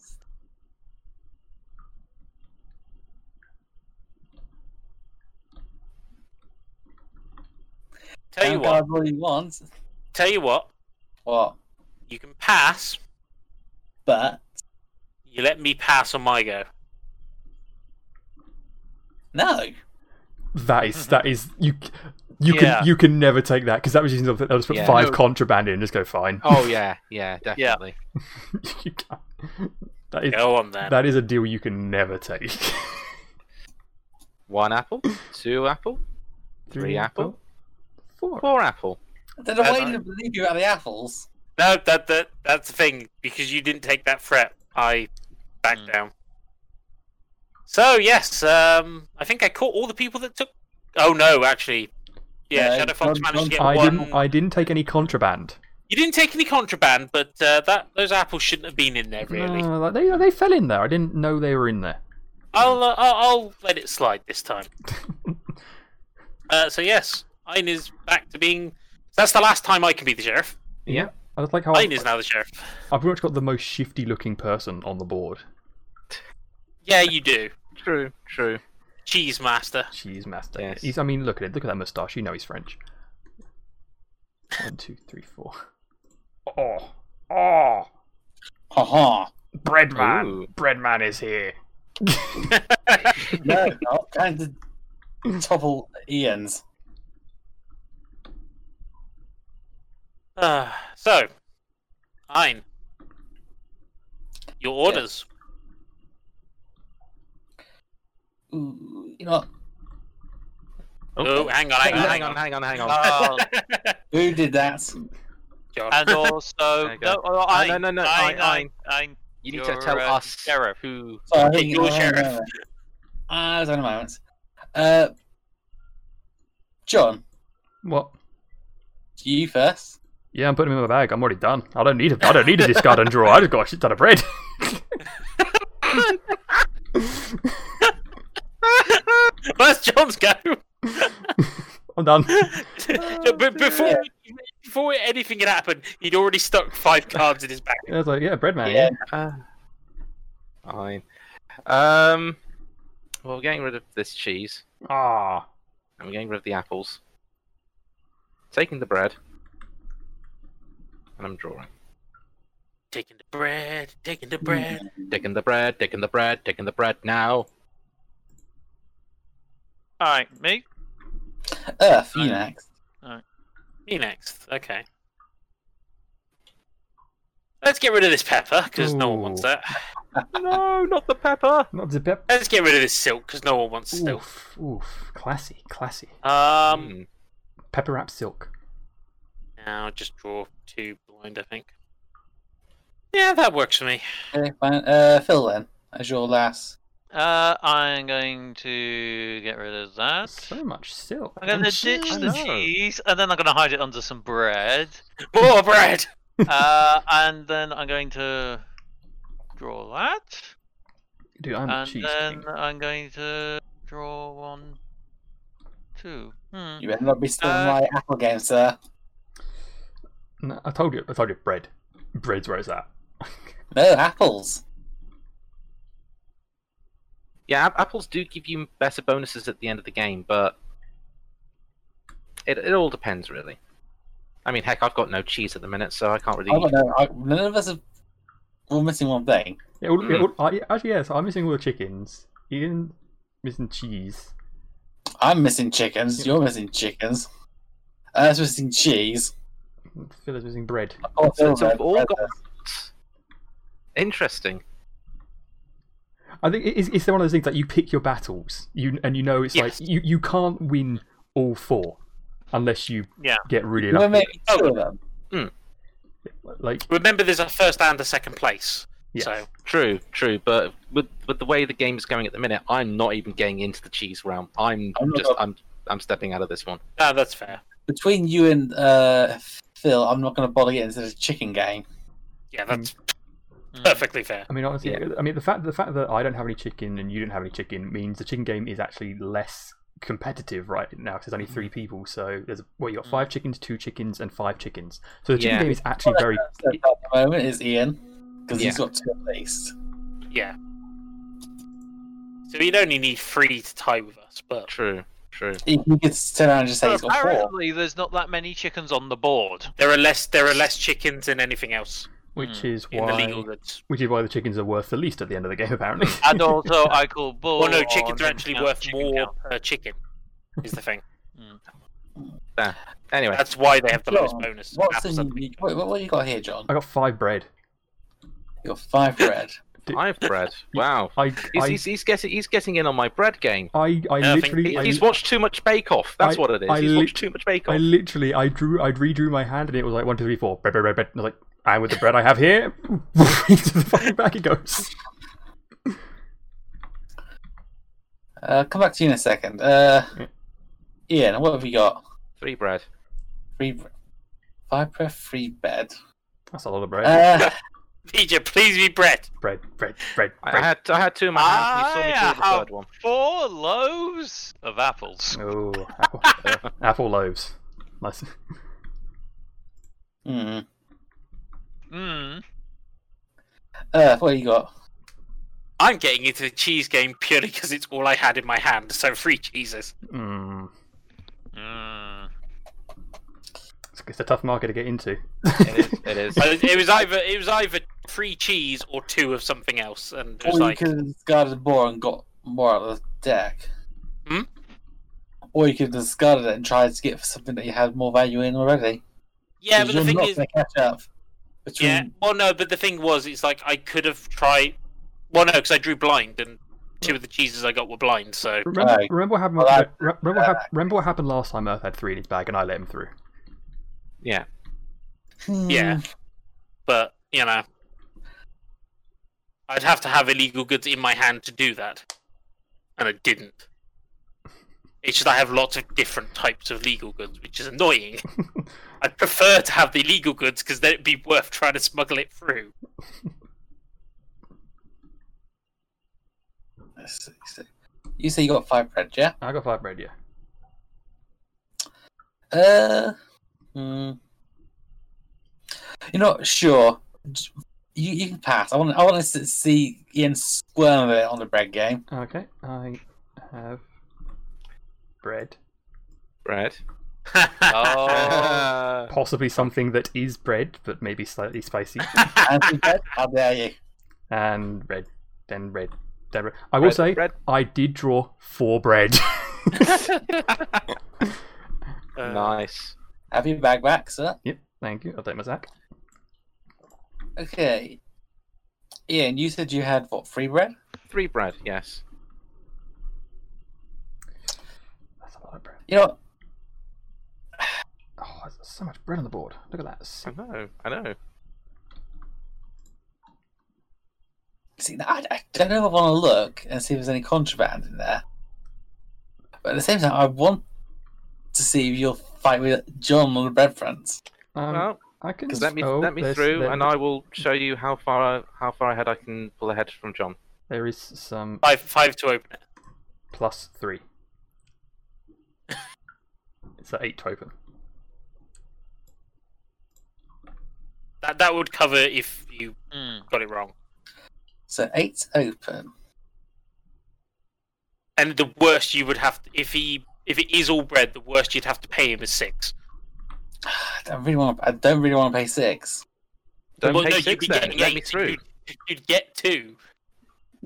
Speaker 4: Tell you
Speaker 3: Thank
Speaker 4: what.
Speaker 3: God all you want.
Speaker 4: Tell you what.
Speaker 3: What?
Speaker 4: You can pass.
Speaker 3: But
Speaker 4: You let me pass on my go.
Speaker 3: no.
Speaker 1: That is that is you. You
Speaker 2: Yeah.
Speaker 1: can you can never take that because that was using something. I'll just put
Speaker 5: Yeah.
Speaker 1: five
Speaker 5: No.
Speaker 1: contraband in and just go fine.
Speaker 5: Oh yeah, yeah, definitely.
Speaker 1: *laughs* You can't- that is
Speaker 4: Go on then.
Speaker 1: that is a deal you can never take. *laughs*
Speaker 5: One apple, two apple, Three apple?
Speaker 1: four.
Speaker 5: four apple.
Speaker 3: There's a
Speaker 4: That's
Speaker 3: way
Speaker 4: right.
Speaker 3: to believe you about the apples.
Speaker 4: No, that that that's the thing because you didn't take that threat. I backed
Speaker 2: Hmm.
Speaker 4: down. So yes, um, I think I caught all the people that took. Oh no, actually, yeah,
Speaker 3: Yeah,
Speaker 4: Shadow Fox
Speaker 3: John-
Speaker 4: managed to get
Speaker 1: I
Speaker 4: one.
Speaker 1: didn't I didn't take any contraband.
Speaker 4: You didn't take any contraband, but uh, that those apples shouldn't have been in there really.
Speaker 1: No, like, they they fell in there. I didn't know they were in there.
Speaker 4: I'll, uh, I'll I'll let it slide
Speaker 1: *laughs*
Speaker 4: this time. uh, so yes, Ayn is back to being. That's the last time I can be the sheriff.
Speaker 5: Yeah.
Speaker 1: I just like how
Speaker 4: Ayn
Speaker 1: I've,
Speaker 4: is now the sheriff.
Speaker 1: I've pretty much got the most shifty looking person on the board.
Speaker 4: Yeah, you do.
Speaker 5: True, true.
Speaker 4: Cheese master.
Speaker 1: Cheese master.
Speaker 5: Yes.
Speaker 1: He's, I mean, look at it. Look at that moustache. You know he's French. One, two, three, four. Oh, oh,
Speaker 3: Ha ha.
Speaker 1: Breadman.
Speaker 5: Ooh.
Speaker 1: Breadman is here.
Speaker 4: *laughs*
Speaker 3: No, I'm trying to topple Ian's.
Speaker 4: Uh, *sighs* so, Ein, your orders.
Speaker 3: Ooh, you know, what?
Speaker 4: Oh, hang on, hang on, hang on.
Speaker 5: *laughs* hang on, hang on.
Speaker 2: Oh,
Speaker 3: who did that?
Speaker 4: John.
Speaker 2: *laughs* and also,
Speaker 5: you
Speaker 2: no,
Speaker 5: go.
Speaker 2: oh, I,
Speaker 5: no, no, no,
Speaker 2: I,
Speaker 5: Ayn,
Speaker 2: I,
Speaker 5: Ayn.
Speaker 2: I,
Speaker 5: you need
Speaker 2: You're,
Speaker 5: to tell
Speaker 2: uh,
Speaker 5: us
Speaker 2: sheriff.
Speaker 5: who.
Speaker 3: Sorry,
Speaker 4: Take your
Speaker 3: uh,
Speaker 4: sheriff. *laughs*
Speaker 3: I was on Ah, a moment. Uh, John,
Speaker 1: What?
Speaker 3: you first.
Speaker 1: Yeah, I'm putting him in my bag. I'm already done. I don't need a, I don't need a discard and draw. I just got a shit ton of bread. *laughs*
Speaker 4: That's John's
Speaker 5: *laughs*
Speaker 4: go.
Speaker 1: I'm done.
Speaker 5: Oh,
Speaker 4: but before before anything had happened, he'd already stuck five cards in his bag.
Speaker 1: Yeah, it's like, yeah, Breadman.
Speaker 3: Yeah.
Speaker 1: Yeah.
Speaker 5: Uh, fine. Um. Well, we're getting rid of this cheese,
Speaker 1: Ah,
Speaker 5: and we're getting rid of the apples. Taking the bread, and I'm drawing.
Speaker 4: Taking the bread, taking the bread.
Speaker 5: Taking the bread, taking the bread, taking the bread now.
Speaker 2: all right, me.
Speaker 3: Earth, you next.
Speaker 4: Me next. Okay. Let's get rid of this pepper because no one wants
Speaker 1: Ooh.
Speaker 4: that.
Speaker 5: *laughs* no, not the pepper.
Speaker 1: not the pep.
Speaker 4: Let's get rid of this silk because no one wants silk.
Speaker 1: Oof, oof, classy, classy.
Speaker 4: Um,
Speaker 5: Hmm.
Speaker 1: Pepper wrap silk.
Speaker 4: Now just draw two blind, I think. Yeah, that works for me.
Speaker 3: Okay, fine. Uh, Phil, then, as your last.
Speaker 2: Uh, I'm going to get rid of that.
Speaker 1: So much silk.
Speaker 2: I'm gonna ditch
Speaker 5: I
Speaker 2: the
Speaker 5: know.
Speaker 2: cheese, and then I'm gonna hide it under some bread.
Speaker 4: More bread.
Speaker 2: *laughs* uh, and then I'm going to draw that.
Speaker 1: Dude, I'm a
Speaker 2: and
Speaker 1: cheese
Speaker 2: then
Speaker 1: king.
Speaker 2: I'm going to draw one, two. Hmm.
Speaker 3: You better not be stealing
Speaker 2: Uh,
Speaker 3: my Apple game, sir.
Speaker 1: No, I told you. I told you. Bread. Bread's where it's at.
Speaker 3: No, apples.
Speaker 5: Yeah, ap- apples do give you better bonuses at the end of the game, but it it all depends really. I mean, heck, I've got no cheese at the minute, so I can't really.
Speaker 3: I don't know. I, none of us have. We're missing one thing.
Speaker 1: Yeah, all, yeah,
Speaker 5: Mm.
Speaker 1: all- I- actually, yes. I'm missing all the chickens. Ian missing cheese.
Speaker 3: I'm missing chickens. You're missing chickens. I was missing cheese.
Speaker 1: Phil is missing bread.
Speaker 3: Oh,
Speaker 5: So-
Speaker 3: Phil
Speaker 5: so
Speaker 3: red,
Speaker 5: we've all
Speaker 3: red,
Speaker 5: got-
Speaker 3: red.
Speaker 5: Interesting.
Speaker 1: I think it's, it's one of those things that you pick your battles, you and you know it's
Speaker 5: Yes.
Speaker 1: like you, you can't win all four unless you
Speaker 4: Yeah.
Speaker 1: get really
Speaker 3: Well,
Speaker 1: lucky.
Speaker 3: maybe
Speaker 4: Oh,
Speaker 3: two of them.
Speaker 1: Like
Speaker 4: Remember, there's a first and a second place.
Speaker 1: yes.
Speaker 4: So
Speaker 5: True, true, but with with the way the game is going at the minute, I'm not even getting into the cheese realm. I'm
Speaker 3: I'm not
Speaker 5: just
Speaker 3: up-
Speaker 5: I'm I'm stepping out of this one.
Speaker 4: no, that's fair.
Speaker 3: Between you and uh, Phil, I'm not going to bother getting into the chicken game.
Speaker 4: Yeah, that's
Speaker 2: Mm.
Speaker 4: perfectly fair.
Speaker 1: I mean, honestly,
Speaker 5: Yeah.
Speaker 1: I mean the fact the fact that I don't have any chicken and you don't have any chicken means the chicken game is actually less competitive right now because there's only three people. So there's what you got five chickens, two chickens, and five chickens. So the chicken
Speaker 5: Yeah.
Speaker 1: game is actually very
Speaker 3: So at the moment is Ian because he's
Speaker 5: Yeah.
Speaker 3: got two at least.
Speaker 4: Yeah. So you'd only need three to tie with us, but
Speaker 5: True, true.
Speaker 3: He, he could turn around and just say
Speaker 2: But
Speaker 3: he's got four.
Speaker 2: apparently, there's not that many chickens on the board.
Speaker 4: there are less there are less chickens than anything else
Speaker 1: which
Speaker 2: Mm.
Speaker 1: is
Speaker 4: in the legal
Speaker 1: why
Speaker 4: goods.
Speaker 1: which is why the chickens are worth the least at the end of the game apparently.
Speaker 2: And
Speaker 4: *laughs*
Speaker 2: also, I call bull.
Speaker 4: Well, no,
Speaker 2: on
Speaker 4: chickens are actually
Speaker 2: Oh, chicken
Speaker 4: worth
Speaker 2: count.
Speaker 4: more per chicken. Is the thing.
Speaker 5: Anyway,
Speaker 4: That's why they have the lowest
Speaker 3: John,
Speaker 4: bonus.
Speaker 3: What's
Speaker 4: Apples
Speaker 3: in
Speaker 4: up. *laughs*
Speaker 3: you, wait, what, what you got here, John?
Speaker 1: I got five bread.
Speaker 3: You got five bread.
Speaker 5: I've *laughs* bread. Wow,
Speaker 1: I
Speaker 5: he's,
Speaker 1: I,
Speaker 5: he's he's getting he's getting in on my bread game.
Speaker 1: I, I
Speaker 4: Yeah, I think
Speaker 1: literally
Speaker 5: He-
Speaker 1: I,
Speaker 5: he's watched too much Bake Off. That's
Speaker 1: I-
Speaker 5: what it is.
Speaker 1: I
Speaker 5: he's
Speaker 1: lit-
Speaker 5: watched too much Bake Off.
Speaker 1: I literally, I drew, I redrew my hand, and it was like one, two, three, four. Bread, bread, bread, bread. And I was like, and with the bread I have here, *laughs* into the fucking back it goes.
Speaker 3: Uh, come back to you in a second. Uh,
Speaker 1: Yeah.
Speaker 3: Ian, what have you got?
Speaker 5: Three bread.
Speaker 3: Free, bre- five bread, free bed.
Speaker 1: That's a lot of bread.
Speaker 3: Uh,
Speaker 4: PJ, please be bread.
Speaker 1: bread, bread, bread, bread.
Speaker 5: I, I had I had two in my hand.
Speaker 4: Ah,
Speaker 5: and You
Speaker 2: I
Speaker 5: saw me do the
Speaker 2: have
Speaker 5: third one.
Speaker 2: Four loaves of apples.
Speaker 1: Oh, apple, apple loaves. Nice.
Speaker 3: hmm.
Speaker 2: Mm.
Speaker 3: uh, what have you got?
Speaker 4: I'm getting into the cheese game purely because it's all I had in my hand. So
Speaker 3: *laughs*
Speaker 4: free cheeses.
Speaker 1: Mm.
Speaker 2: Mm.
Speaker 1: It's, it's a tough market to get into.
Speaker 5: It is.
Speaker 4: *laughs*
Speaker 5: It is.
Speaker 4: But it was either it was either free cheese or two of something else, and it was
Speaker 3: Or you
Speaker 4: like
Speaker 3: could have discarded more and got more out of the deck.
Speaker 4: Hmm?
Speaker 3: Or you could have discarded it and tried to get for something that you had more value in already.
Speaker 4: yeah.
Speaker 3: 'Cause
Speaker 4: But the
Speaker 3: you're
Speaker 4: thing
Speaker 3: not
Speaker 4: is,
Speaker 3: gonna catch up. Between...
Speaker 4: yeah. Well, no, but the thing was, it's like I could have tried. Well, no, because I drew blind, and two of the cheeses I got were blind. So
Speaker 1: *laughs* Remember,
Speaker 3: Right.
Speaker 1: remember what happened?
Speaker 3: Well,
Speaker 1: with-
Speaker 3: that-
Speaker 1: re- remember, what hap- remember what happened last time? Earth had three in his bag, and I let him through.
Speaker 5: Yeah.
Speaker 3: Hmm.
Speaker 4: Yeah. but you know, I'd have to have illegal goods in my hand to do that, and I didn't. It's just I have lots of different types of legal goods, which is annoying. I'd prefer to have the legal goods because then it'd be worth trying to smuggle it through.
Speaker 3: Let's see, let's see. You say you got five bread, yeah?
Speaker 1: I got five bread, yeah.
Speaker 3: Uh, hmm. you know, what, sure, J- you you can pass. I want I want to s- see Ian squirm a bit on the bread game.
Speaker 1: Okay, I have bread.
Speaker 4: *laughs*
Speaker 5: Bread.
Speaker 2: Oh.
Speaker 1: *laughs* Possibly something that is bread, but maybe slightly *laughs* spicy.
Speaker 3: And free bread, how dare you?
Speaker 1: and red, then red, then red. I will say
Speaker 5: bread.
Speaker 1: I did draw four bread. *laughs*
Speaker 4: Uh,
Speaker 5: nice.
Speaker 3: Have your bag back, sir.
Speaker 1: yep, thank you. I'll take my sack.
Speaker 3: Okay. Ian, you said you had what free bread?
Speaker 5: Three bread. Yes.
Speaker 1: That's a lot of bread.
Speaker 3: You know, what,
Speaker 1: Oh, there's so much bread on the board. Look at that.
Speaker 5: I know. I know.
Speaker 3: see, I, I don't know if I want to look and see if there's any contraband in there. But at the same time, I want to see if you'll fight with John on the bread front.
Speaker 1: Um,
Speaker 5: well,
Speaker 1: I can
Speaker 5: let me
Speaker 1: oh,
Speaker 5: let me
Speaker 1: there's-
Speaker 5: through,
Speaker 1: there-
Speaker 5: and I will show you how far how far ahead I can pull ahead from John.
Speaker 1: There is some
Speaker 4: Five, five to open it.
Speaker 1: plus three. it's at eight to open.
Speaker 4: That that would cover if you
Speaker 2: Hmm.
Speaker 4: got it wrong.
Speaker 3: So eight open.
Speaker 4: And the worst you would have to, if he if it is all bread, the worst you'd have to pay him is six.
Speaker 3: I don't really want. I don't really want to pay six.
Speaker 5: Don't
Speaker 4: Well,
Speaker 5: take
Speaker 4: no, you'd
Speaker 5: six
Speaker 4: be
Speaker 5: then.
Speaker 4: getting
Speaker 5: Let me
Speaker 4: eight.
Speaker 5: through.
Speaker 4: You'd, you'd get two.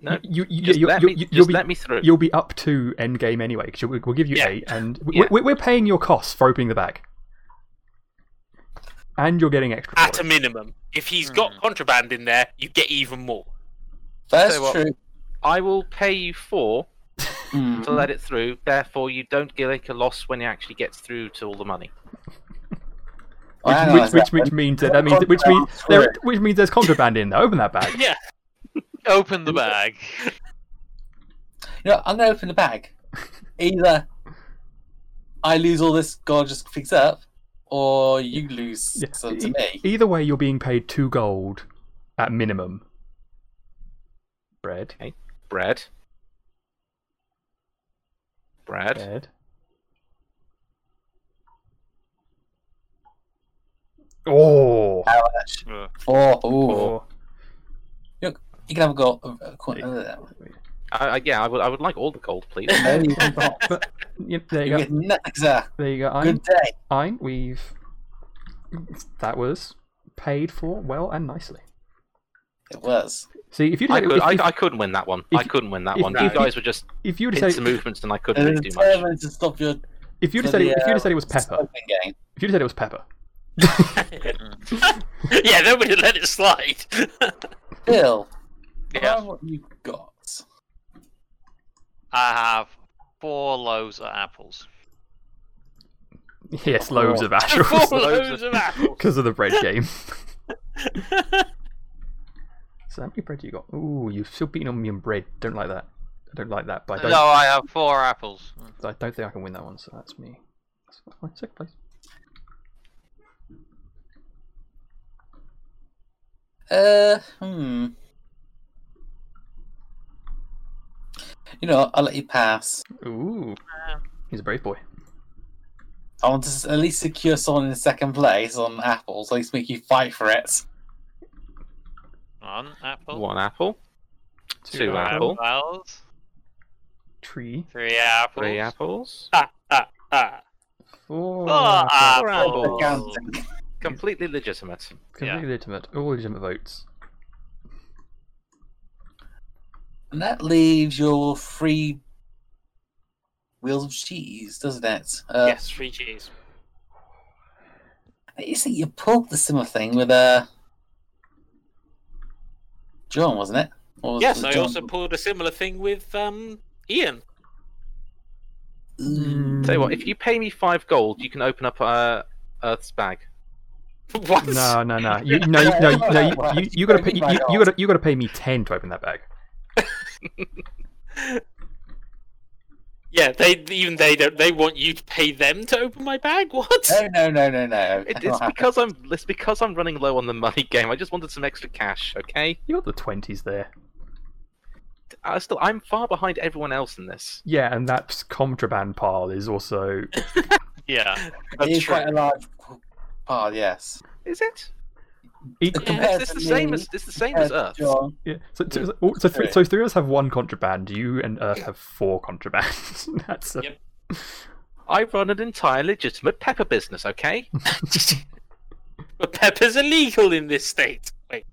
Speaker 5: No,
Speaker 1: you, you,
Speaker 5: Just
Speaker 1: you,
Speaker 5: let
Speaker 1: you,
Speaker 5: me.
Speaker 1: you,
Speaker 5: Just
Speaker 1: will
Speaker 5: let
Speaker 1: be,
Speaker 5: me through.
Speaker 1: you'll be up to end game anyway, because we'll, we'll give you
Speaker 4: Yeah.
Speaker 1: eight, and we,
Speaker 4: Yeah.
Speaker 1: we, we're paying your costs for opening the bag, and you're getting extra. for
Speaker 4: at
Speaker 1: it.
Speaker 4: a minimum. If he's got contraband in there, you get even more. *laughs*
Speaker 3: That's
Speaker 5: Tell you what.
Speaker 3: true.
Speaker 5: I will pay you four
Speaker 3: Hmm.
Speaker 5: to let it through. Therefore, you don't get like a loss when it actually gets through to all the money.
Speaker 3: Well, hang on a
Speaker 1: which, which, which,
Speaker 3: second.
Speaker 1: which means that, that means which means there, which means there's contraband in there. Open that bag.
Speaker 4: Yeah.
Speaker 2: Open
Speaker 4: *laughs*
Speaker 2: the bag.
Speaker 3: You know, what, I'm gonna open the bag. Either I lose all this, God just picks up, or you lose
Speaker 1: Yeah.
Speaker 3: some to me.
Speaker 1: E, Either way, you're being paid two gold at minimum. Bread,
Speaker 5: Bread. Bread.
Speaker 1: bread. Oh,
Speaker 3: How much?
Speaker 2: Uh,
Speaker 3: Four. Ooh.
Speaker 1: oh.
Speaker 3: You can have a go. A, coin. uh,
Speaker 5: I, I, yeah, I would. I would like all the gold,
Speaker 1: *laughs*
Speaker 5: please.
Speaker 3: no, you can't.
Speaker 1: But, *laughs* yep, there
Speaker 3: You
Speaker 1: you go.
Speaker 3: get nothing, sir.
Speaker 1: There you go. Ein,
Speaker 3: Good day.
Speaker 1: Ein, we've that was paid for well and nicely.
Speaker 3: It was.
Speaker 1: See, if you'd
Speaker 5: I,
Speaker 1: said,
Speaker 5: could,
Speaker 1: if,
Speaker 5: I,
Speaker 1: if,
Speaker 5: I couldn't win that one. I
Speaker 1: if-
Speaker 5: couldn't win that
Speaker 1: if-
Speaker 5: one.
Speaker 1: if-
Speaker 5: you guys were just
Speaker 1: if you'd have
Speaker 5: into
Speaker 1: said,
Speaker 5: movements, and I couldn't
Speaker 3: They're
Speaker 5: really do much.
Speaker 3: determined to stop your
Speaker 1: if you'd have said,
Speaker 3: bloody,
Speaker 1: it- if you'd have said it was
Speaker 3: uh,
Speaker 1: pepper,
Speaker 3: smuggling game.
Speaker 1: if you'd have said it was pepper, *laughs*
Speaker 4: yeah, then we'd let it slide.
Speaker 3: Bill,
Speaker 2: Yeah.
Speaker 3: try what you got.
Speaker 2: I have four loaves of apples.
Speaker 1: yes, loaves of
Speaker 4: Four *laughs*
Speaker 1: ashes
Speaker 4: loaves of apples.
Speaker 1: because of the bread game. So how many bread you got? Ooh, you've still beaten on me on bread. Don't like that. I don't like that. But I don't,
Speaker 2: No, I have four apples.
Speaker 1: I don't think I can win that one. So that's me. That's my second place.
Speaker 3: Uh, hmm. You know, what, I'll let you pass.
Speaker 1: Ooh,
Speaker 5: Um,
Speaker 1: he's a brave boy.
Speaker 3: I want to s- at least secure someone in second place on Apple, so at least make you fight for it.
Speaker 2: One apple.
Speaker 5: One apple, Two
Speaker 2: Two
Speaker 5: apple.
Speaker 2: apples.
Speaker 1: Tree.
Speaker 2: Three apples.
Speaker 5: three apples.
Speaker 4: ah, ah, ah.
Speaker 3: Oh,
Speaker 1: Four.
Speaker 2: Four
Speaker 5: Ah!
Speaker 1: apples.
Speaker 5: apples.
Speaker 2: apples.
Speaker 3: Gigantic.
Speaker 5: Completely legitimate.
Speaker 1: Completely legitimate. All legitimate votes.
Speaker 3: And that leaves your three wheels of cheese, doesn't it? Uh,
Speaker 4: yes, three cheese.
Speaker 3: You see, you pulled the similar thing with uh, John, wasn't it? Or was
Speaker 4: Yes,
Speaker 3: it
Speaker 4: I
Speaker 3: John-
Speaker 4: also pulled a similar thing with um Ian. *laughs*
Speaker 3: Mm,
Speaker 5: Tell you what, if you pay me five gold, you can open up uh, Earth's bag.
Speaker 4: What?
Speaker 1: No, no, no. You, no, you, no, you, no. You, you, you gotta pay. You, you, you gotta. You gotta pay me ten to open that bag.
Speaker 4: Yeah, they even they don't. They want you to pay them to open my bag. *laughs* What?
Speaker 3: No, no, no, no, no. *laughs*
Speaker 5: It,
Speaker 1: *laughs*
Speaker 3: That
Speaker 5: it's
Speaker 3: won't happen.
Speaker 5: because I'm. It's because I'm running low on the money *laughs* game. I just wanted some extra cash. Okay.
Speaker 1: You got the twenties there.
Speaker 5: I still. I'm far behind everyone else in this.
Speaker 1: Yeah, and that contraband pile is also.
Speaker 2: Yeah.
Speaker 3: It
Speaker 4: That's
Speaker 3: is
Speaker 4: true.
Speaker 3: quite a large part, yes.
Speaker 5: Is it?
Speaker 1: Each,
Speaker 3: But
Speaker 5: It's
Speaker 3: compared
Speaker 5: the
Speaker 3: to
Speaker 5: same
Speaker 3: me,
Speaker 5: as. It's the same as
Speaker 3: compared
Speaker 5: Earth.
Speaker 3: to John,
Speaker 1: e-, Yeah. So, so, so, all- so, three, so three of us have one contraband. You and Earth have four contrabands. *laughs* That's uh, a,
Speaker 4: Yep.
Speaker 5: I run an entire legitimate pepper business. Okay.
Speaker 4: But pepper's illegal in this state. Wait,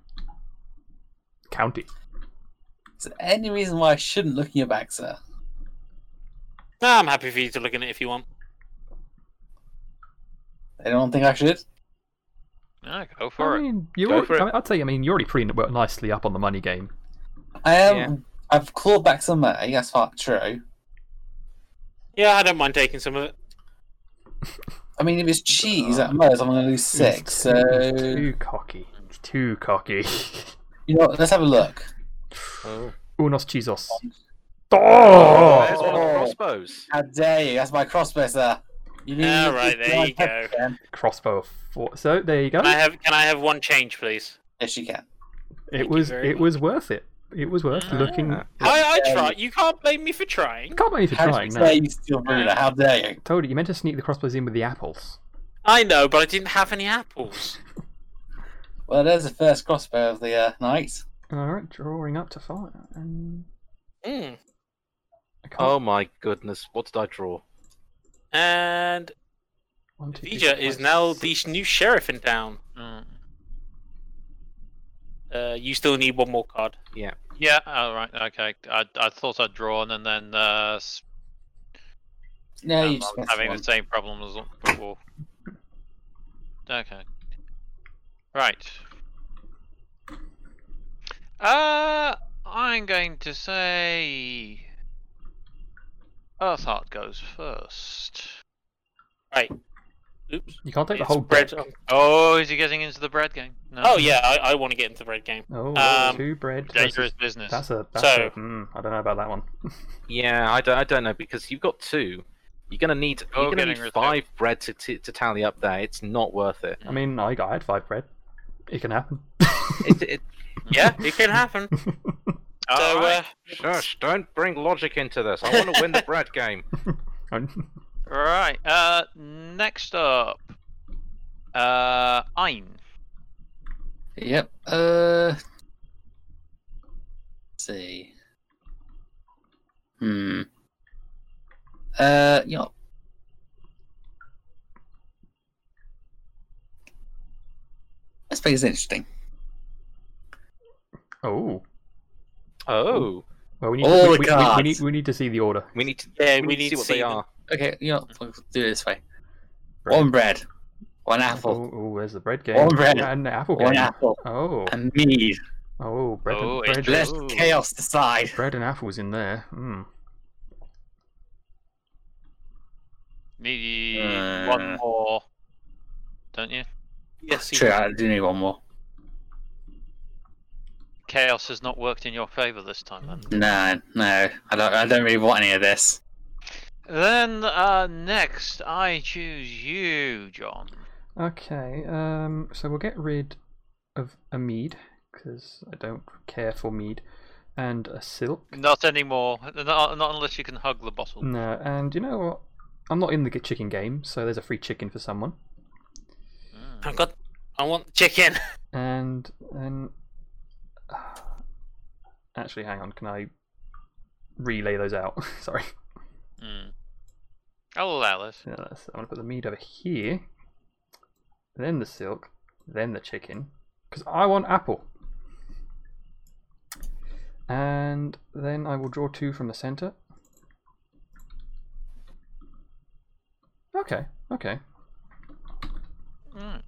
Speaker 1: *laughs* county.
Speaker 3: Is there any reason why I shouldn't look in your back, sir?
Speaker 4: no, I'm happy for you to look in it if you want.
Speaker 3: Anyone think I should?
Speaker 2: Yeah, go for
Speaker 1: I
Speaker 2: it.
Speaker 1: mean, you.
Speaker 5: Go
Speaker 1: Already,
Speaker 5: for it.
Speaker 1: I mean, I'll tell you. I mean, you're already pretty well, nicely up on the money game.
Speaker 3: I am.
Speaker 5: Yeah.
Speaker 3: I've clawed back some uh, money, that's far true.
Speaker 4: Yeah, I don't mind taking some of it.
Speaker 3: I mean, if it's
Speaker 5: uh,
Speaker 3: cheese at most, I'm going to lose six.
Speaker 1: It's too-
Speaker 3: So,
Speaker 1: it's too cocky. It's too cocky. *laughs*
Speaker 3: you know what? Let's have a look.
Speaker 5: Oh.
Speaker 1: Unos chisos.
Speaker 5: There's one of the crossbows.
Speaker 3: How dare you? That's my crossbow, sir. You
Speaker 4: All right,
Speaker 3: you-
Speaker 4: there you
Speaker 3: you-
Speaker 4: go.
Speaker 1: Crossbow of four. So there you go.
Speaker 4: Can I have can I have one change, please?
Speaker 3: Yes, you can.
Speaker 1: It
Speaker 4: Thank you
Speaker 1: was
Speaker 4: very
Speaker 1: it
Speaker 4: much.
Speaker 1: was worth it. It was worth looking.
Speaker 5: Ah.
Speaker 4: I, I tried. You can't blame me for trying.
Speaker 1: Can't blame you for
Speaker 3: How
Speaker 1: trying.
Speaker 3: dare
Speaker 1: No.
Speaker 3: you steal Bruno? How dare you?
Speaker 1: Told you, you meant to sneak the crossbows in with the apples.
Speaker 4: I know, but I didn't have any apples.
Speaker 3: Well, there's the first crossbow of the uh, night.
Speaker 1: All right, drawing up to fire. Um,
Speaker 4: Mm.
Speaker 1: I can't.
Speaker 5: Oh my goodness, what did I draw?
Speaker 4: And
Speaker 1: one, two, three,
Speaker 4: Vija
Speaker 1: four,
Speaker 4: is
Speaker 1: five,
Speaker 4: now
Speaker 1: six.
Speaker 4: the new sheriff in town.
Speaker 2: Mm.
Speaker 4: Uh, you still need one more card.
Speaker 2: Yeah. All right. Okay. I, I thought I'd drawn, and then uh, s-
Speaker 3: No,
Speaker 2: um,
Speaker 3: you
Speaker 2: I was
Speaker 3: just missed
Speaker 2: having
Speaker 3: one.
Speaker 2: the same problem as before. Okay. Right. Uh, I'm going to say Earthheart goes first.
Speaker 4: Oops.
Speaker 1: You can't take the
Speaker 4: It's
Speaker 1: whole
Speaker 4: bread.
Speaker 1: deck.
Speaker 2: Oh, is he getting into the bread game? No.
Speaker 4: Oh yeah, I, I want to get into the
Speaker 1: *laughs*
Speaker 4: red game.
Speaker 1: Oh,
Speaker 4: Um,
Speaker 1: two bread. versus-
Speaker 2: Dangerous business.
Speaker 1: That's a. That's
Speaker 4: So-
Speaker 1: a mm, I don't know about that one.
Speaker 5: Yeah, I don't, I don't know because you've got two. You're gonna need
Speaker 2: Oh,
Speaker 5: you're gonna
Speaker 2: getting
Speaker 5: need
Speaker 2: rid-
Speaker 5: five bread to, to to tally up there. It's not worth it.
Speaker 1: I mean, I, I had five bread. It can
Speaker 4: *laughs*
Speaker 1: happen.
Speaker 5: it, *laughs* it
Speaker 4: Yeah, it can happen. so
Speaker 2: All right.
Speaker 4: uh,
Speaker 5: shush, don't bring logic into this. I want to win the bread game.
Speaker 2: Right. Uh, next up, uh, Ein.
Speaker 3: Yep. Uh. Let's see. Hmm. Uh. You know. Let's make this interesting.
Speaker 1: oh,
Speaker 5: Oh,
Speaker 1: well, we need,
Speaker 3: All
Speaker 1: we,
Speaker 3: the
Speaker 1: we- we- we,
Speaker 3: cards.
Speaker 1: need we need to see the order.
Speaker 5: we need to
Speaker 4: yeah,
Speaker 5: we, need to see what they
Speaker 4: them.
Speaker 5: are.
Speaker 3: Okay. You know. We'll do it this way.
Speaker 1: Bread.
Speaker 3: One bread. One apple.
Speaker 1: Oh, oh, where's the bread game?
Speaker 3: All bread.
Speaker 1: And the apple
Speaker 3: One
Speaker 1: game.
Speaker 3: apple.
Speaker 1: Oh,
Speaker 3: And mead.
Speaker 1: oh, bread,
Speaker 2: Oh,
Speaker 1: and,
Speaker 2: it's
Speaker 1: bread,
Speaker 2: bread.
Speaker 3: Let
Speaker 2: Ooh.
Speaker 3: chaos decide.
Speaker 1: bread and apples in there. Mm.
Speaker 2: Need one
Speaker 3: Uh.
Speaker 2: more, don't you?
Speaker 4: oh, Yes, you
Speaker 3: True. I do need one more.
Speaker 2: Chaos has not worked in your favour this time. Then,
Speaker 3: No. No. I don't. I don't really want any of this.
Speaker 2: then uh, next, I choose you, John.
Speaker 1: Okay, um, so we'll get rid of a mead because I don't care for mead, and a silk.
Speaker 2: Not anymore. Not, not unless you can hug the bottle.
Speaker 1: No, and you know what? I'm not in the chicken game, so there's a free chicken for someone.
Speaker 2: Mm.
Speaker 4: I've got. I want chicken. *laughs*
Speaker 1: And *sighs* then, actually, hang on. Can I relay those out? *laughs* Sorry.
Speaker 2: Mm. Oh, I'll allow this.
Speaker 1: So that's- I'm gonna put the meat over here, then the silk, then the chicken, because I want apple. And then I will draw two from the center. Okay, okay.
Speaker 2: Mm.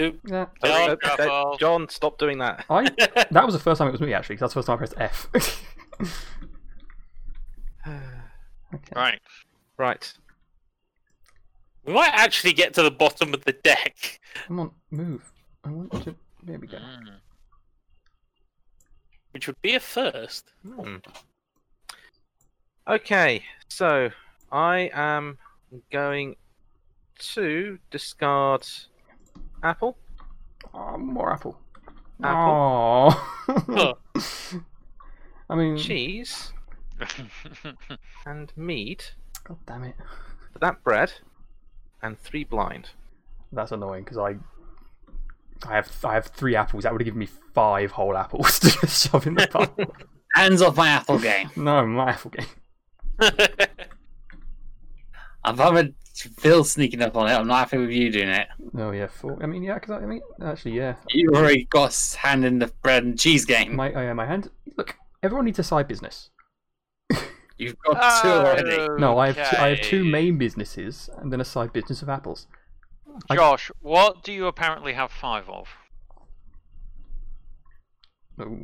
Speaker 4: Oop.
Speaker 1: Yeah,
Speaker 2: Don't
Speaker 4: John,
Speaker 5: Uh,
Speaker 2: drop
Speaker 5: that-
Speaker 2: off.
Speaker 5: John, stop doing that. *sighs*
Speaker 2: *laughs*
Speaker 1: I that was the first time it was me actually. 'cause that's the first time I pressed F. *laughs* okay.
Speaker 5: *laughs*
Speaker 2: Right.
Speaker 5: Right.
Speaker 4: We might actually get to the bottom of the deck.
Speaker 1: Come on, move. I want to. There we go.
Speaker 2: Mm.
Speaker 4: Which would be a first.
Speaker 5: Hmm. Okay, so I am going to discard apple.
Speaker 1: Oh, more apple.
Speaker 4: Huh.
Speaker 1: *laughs* Apple. I mean,
Speaker 5: cheese and mead
Speaker 1: God damn it.
Speaker 5: for that bread and three blind.
Speaker 1: That's annoying because I, I have I have three apples. That would have given me five whole apples *laughs* to just shove in the pot.
Speaker 2: *laughs*
Speaker 3: Hands off my apple game.
Speaker 1: no, my apple game.
Speaker 3: I've had Phil sneaking up on it. I'm not happy with you doing it.
Speaker 1: Oh yeah, four. I mean, yeah, because I, I mean, actually, yeah.
Speaker 3: You already got s- hand in the bread and cheese game.
Speaker 1: My oh, yeah, my hand. Look, everyone needs a side business.
Speaker 3: You've got
Speaker 2: Uh,
Speaker 3: two
Speaker 2: *laughs*
Speaker 3: already.
Speaker 1: No, I have two, I have two
Speaker 2: Okay.
Speaker 1: main businesses and then a side business of apples. I-
Speaker 2: Josh, what do you apparently have five of?
Speaker 1: Oh,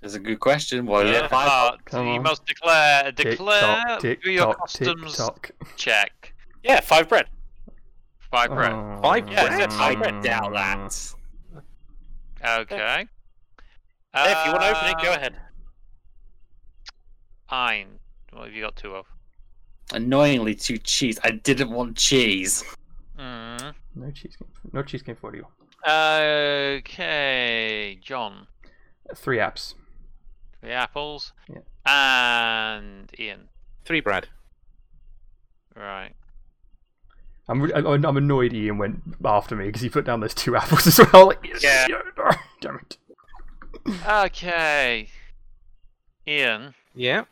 Speaker 3: That's a good question. What is
Speaker 2: Yeah,
Speaker 3: it? Five?
Speaker 2: but
Speaker 1: Come
Speaker 2: you
Speaker 1: on.
Speaker 2: must declare
Speaker 1: tick
Speaker 2: declare
Speaker 1: tock, tick
Speaker 2: do your
Speaker 1: tock, tick
Speaker 2: customs
Speaker 1: tock.
Speaker 2: check.
Speaker 4: *laughs* yeah, five bread.
Speaker 2: Five bread.
Speaker 5: Five
Speaker 1: Oh,
Speaker 4: bread?
Speaker 3: I doubt that.
Speaker 2: Okay.
Speaker 4: Hey, if you want to open it, go
Speaker 2: Uh,
Speaker 4: ahead.
Speaker 2: Ein. What have you got two of?
Speaker 3: Annoyingly, two cheese. I didn't want cheese.
Speaker 2: Mm.
Speaker 1: No cheesecake. No cheesecake for you.
Speaker 2: Okay, John,
Speaker 1: Three apps.
Speaker 2: the apples,
Speaker 1: Yeah.
Speaker 2: and Ian.
Speaker 5: Three Brad.
Speaker 2: Right.
Speaker 1: I'm, re- I'm I'm annoyed Ian went after me because he put down those two apples as well. Like, yes, *laughs*
Speaker 4: Yeah.
Speaker 1: Damn it.
Speaker 2: Okay, Ian.
Speaker 5: Yeah.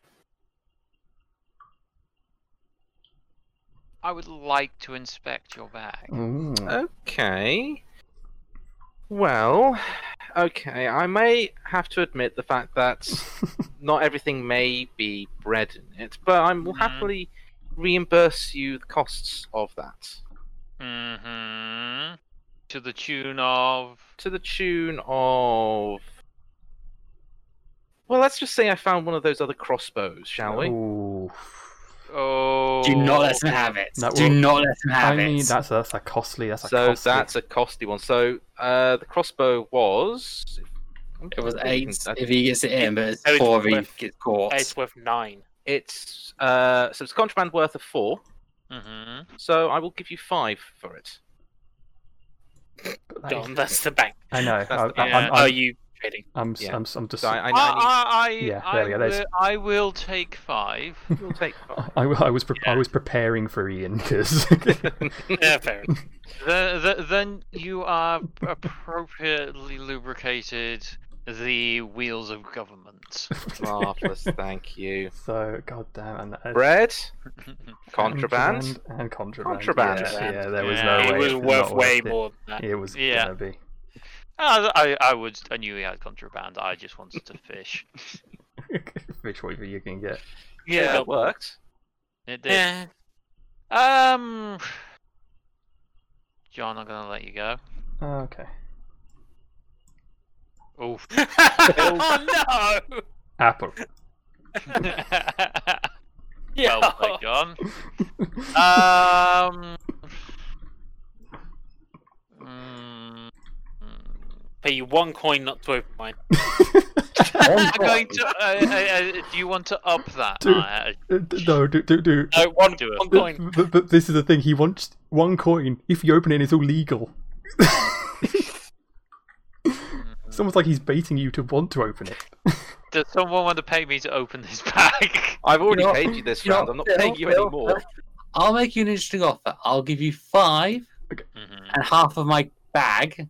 Speaker 2: I would like to inspect your bag.
Speaker 1: Mm.
Speaker 5: Okay. Well, okay. I may have to admit the fact that not everything may be bread in it, but I will
Speaker 2: Mhm.
Speaker 5: happily reimburse you the costs of that
Speaker 2: Mm-hmm. To the tune of.
Speaker 5: to the tune of. Well, let's just say I found one of those other crossbows, shall we?
Speaker 1: Ooh.
Speaker 2: Oh.
Speaker 3: Do not let him have it.
Speaker 1: That
Speaker 3: Do
Speaker 1: will-
Speaker 3: not let him have
Speaker 1: I mean,
Speaker 3: it.
Speaker 1: that's a, that's a costly. That's a
Speaker 5: so
Speaker 1: costly.
Speaker 5: that's a costly one. So uh, the crossbow was.
Speaker 3: It was
Speaker 5: I
Speaker 3: eight
Speaker 5: think that-
Speaker 3: if he gets it in, but it's
Speaker 4: So it's
Speaker 3: four if
Speaker 4: worth-
Speaker 3: he gets caught.
Speaker 4: It's worth nine.
Speaker 5: It's uh, so it's contraband worth of four.
Speaker 2: Mm-hmm.
Speaker 5: So I will give you five for it.
Speaker 1: But that is-
Speaker 4: John, that's the bank.
Speaker 1: I know.
Speaker 5: that's
Speaker 1: I,
Speaker 5: the- Oh,
Speaker 1: I,
Speaker 2: yeah.
Speaker 1: I'm,
Speaker 4: Are
Speaker 1: I'm,
Speaker 4: you trading?
Speaker 1: I'm,
Speaker 5: yeah.
Speaker 1: I'm, I'm just.
Speaker 5: So I,
Speaker 1: I,
Speaker 5: I,
Speaker 3: Ah,
Speaker 2: I,
Speaker 5: I
Speaker 2: I,
Speaker 1: Yeah,
Speaker 2: I,
Speaker 1: there we go, there's-
Speaker 2: will, I will
Speaker 1: *laughs*
Speaker 2: take five.
Speaker 5: need you'll take
Speaker 3: *laughs*
Speaker 5: five.
Speaker 1: *laughs* I, w- I was pre- I was preparing for Ian *laughs* because
Speaker 4: yeah, fair enough.
Speaker 2: the, the, then you are appropriately lubricated the wheels of government. *laughs*
Speaker 5: Marvelous, thank you.
Speaker 1: so goddamn and that is-
Speaker 5: Bread,
Speaker 1: contraband
Speaker 5: contraband.
Speaker 1: and contraband.
Speaker 5: Contraband.
Speaker 1: Yeah, yeah there was no
Speaker 2: Yeah.
Speaker 4: it
Speaker 1: way.
Speaker 4: was
Speaker 1: not
Speaker 4: worth way
Speaker 1: it.
Speaker 4: more than that.
Speaker 1: It was
Speaker 2: Yeah.
Speaker 1: gonna be. *laughs*
Speaker 2: I, I, I would. I knew he had contraband. I just wanted to fish.
Speaker 1: Which whatever you can get.
Speaker 5: Yeah, it worked.
Speaker 2: It did.
Speaker 4: Yeah.
Speaker 2: Um, John, I'm gonna let you go.
Speaker 1: Okay.
Speaker 2: Oof. *laughs*
Speaker 4: *laughs* oh no!
Speaker 5: *laughs*
Speaker 1: Apple.
Speaker 4: Oh, *laughs* Yeah.
Speaker 2: Well played, John. Um. mm,
Speaker 4: Pay you one coin not to open mine.
Speaker 2: I'm going to. Uh, uh, uh, do you want to up that?
Speaker 1: Dude.
Speaker 2: Uh,
Speaker 1: no, do do do.
Speaker 4: No, one,
Speaker 2: Do it.
Speaker 1: *laughs*
Speaker 4: one coin.
Speaker 1: But, but this is the thing. He wants one coin. If you open it, it's all legal. it's almost like he's baiting you to want to open it.
Speaker 2: does someone want to pay me to open this bag? *laughs*
Speaker 5: I've already
Speaker 3: know-
Speaker 5: paid you this
Speaker 3: you know,
Speaker 5: round. I'm not
Speaker 3: Phil,
Speaker 5: paying you
Speaker 3: Phil,
Speaker 5: anymore.
Speaker 3: I'll make you an interesting offer. I'll give you five
Speaker 2: Mhm.
Speaker 3: and half of my bag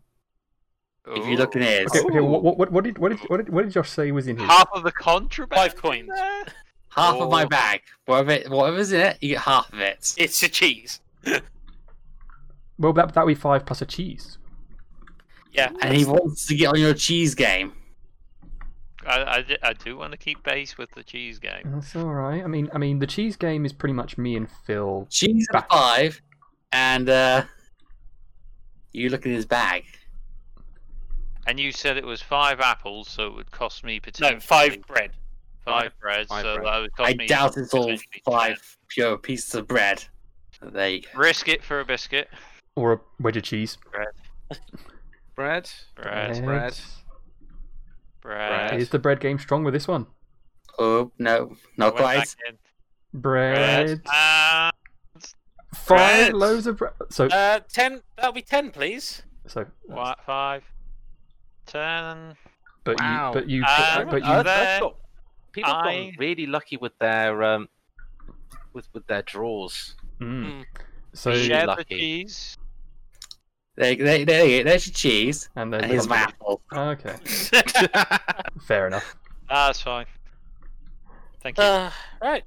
Speaker 3: if you look in
Speaker 2: Ooh.
Speaker 3: his.
Speaker 1: Okay, okay.
Speaker 5: Ooh.
Speaker 1: What, what, what did what did what did what did Josh say was in his?
Speaker 2: Half of the contraband.
Speaker 4: Five coins.
Speaker 2: there?
Speaker 3: Half of my
Speaker 2: Oh.
Speaker 3: bag. Whatever it, whatever's in it, you get half of it.
Speaker 4: It's a cheese.
Speaker 1: Well, that that would be five plus a cheese.
Speaker 4: Yeah.
Speaker 3: And he wants to get on your cheese game.
Speaker 2: I, I, d- I do want to keep pace with the cheese game.
Speaker 1: That's all right. I mean, I mean, the cheese game is pretty much me and Phil.
Speaker 3: Cheese at
Speaker 1: Back.
Speaker 3: five, and uh, you look in his bag.
Speaker 2: And you said it was five apples, so it would cost me potentially
Speaker 4: No, five bread.
Speaker 2: five breads.
Speaker 5: Five
Speaker 2: so
Speaker 5: bread.
Speaker 2: that would cost
Speaker 3: I
Speaker 2: me
Speaker 3: doubt it's all
Speaker 2: potentially
Speaker 3: five pure pieces of bread. There you go.
Speaker 2: ten. Risk it for a biscuit.
Speaker 1: or a wedge of cheese.
Speaker 5: Bread.
Speaker 2: Bread,
Speaker 1: Bread.
Speaker 5: bread.
Speaker 2: bread.
Speaker 5: bread.
Speaker 1: Is the bread game strong with this one?
Speaker 3: Oh no, not
Speaker 2: Went back
Speaker 3: quite.
Speaker 2: in.
Speaker 1: Bread.
Speaker 2: Bread. Ah,
Speaker 1: Five
Speaker 4: Bread.
Speaker 1: loaves of bread. So
Speaker 4: Uh, ten. That'll be ten, please.
Speaker 1: so.
Speaker 2: what, five, ten.
Speaker 1: But
Speaker 5: Wow.
Speaker 1: you but you
Speaker 2: Um,
Speaker 1: but you
Speaker 2: uh,
Speaker 5: Earth- Earth's got- people have
Speaker 2: I-
Speaker 5: gotten really lucky with their um, with with
Speaker 1: *laughs*
Speaker 5: their draws.
Speaker 1: mm.
Speaker 4: mm.
Speaker 1: so
Speaker 5: Really
Speaker 2: Share the
Speaker 5: lucky.
Speaker 2: cheese.
Speaker 3: There, there, there you go. There's your cheese.
Speaker 1: and then
Speaker 3: And here's my apple.
Speaker 1: Oh, Okay,
Speaker 5: I
Speaker 1: fair enough.
Speaker 2: Ah, that's fine. Thank you.
Speaker 4: uh, right.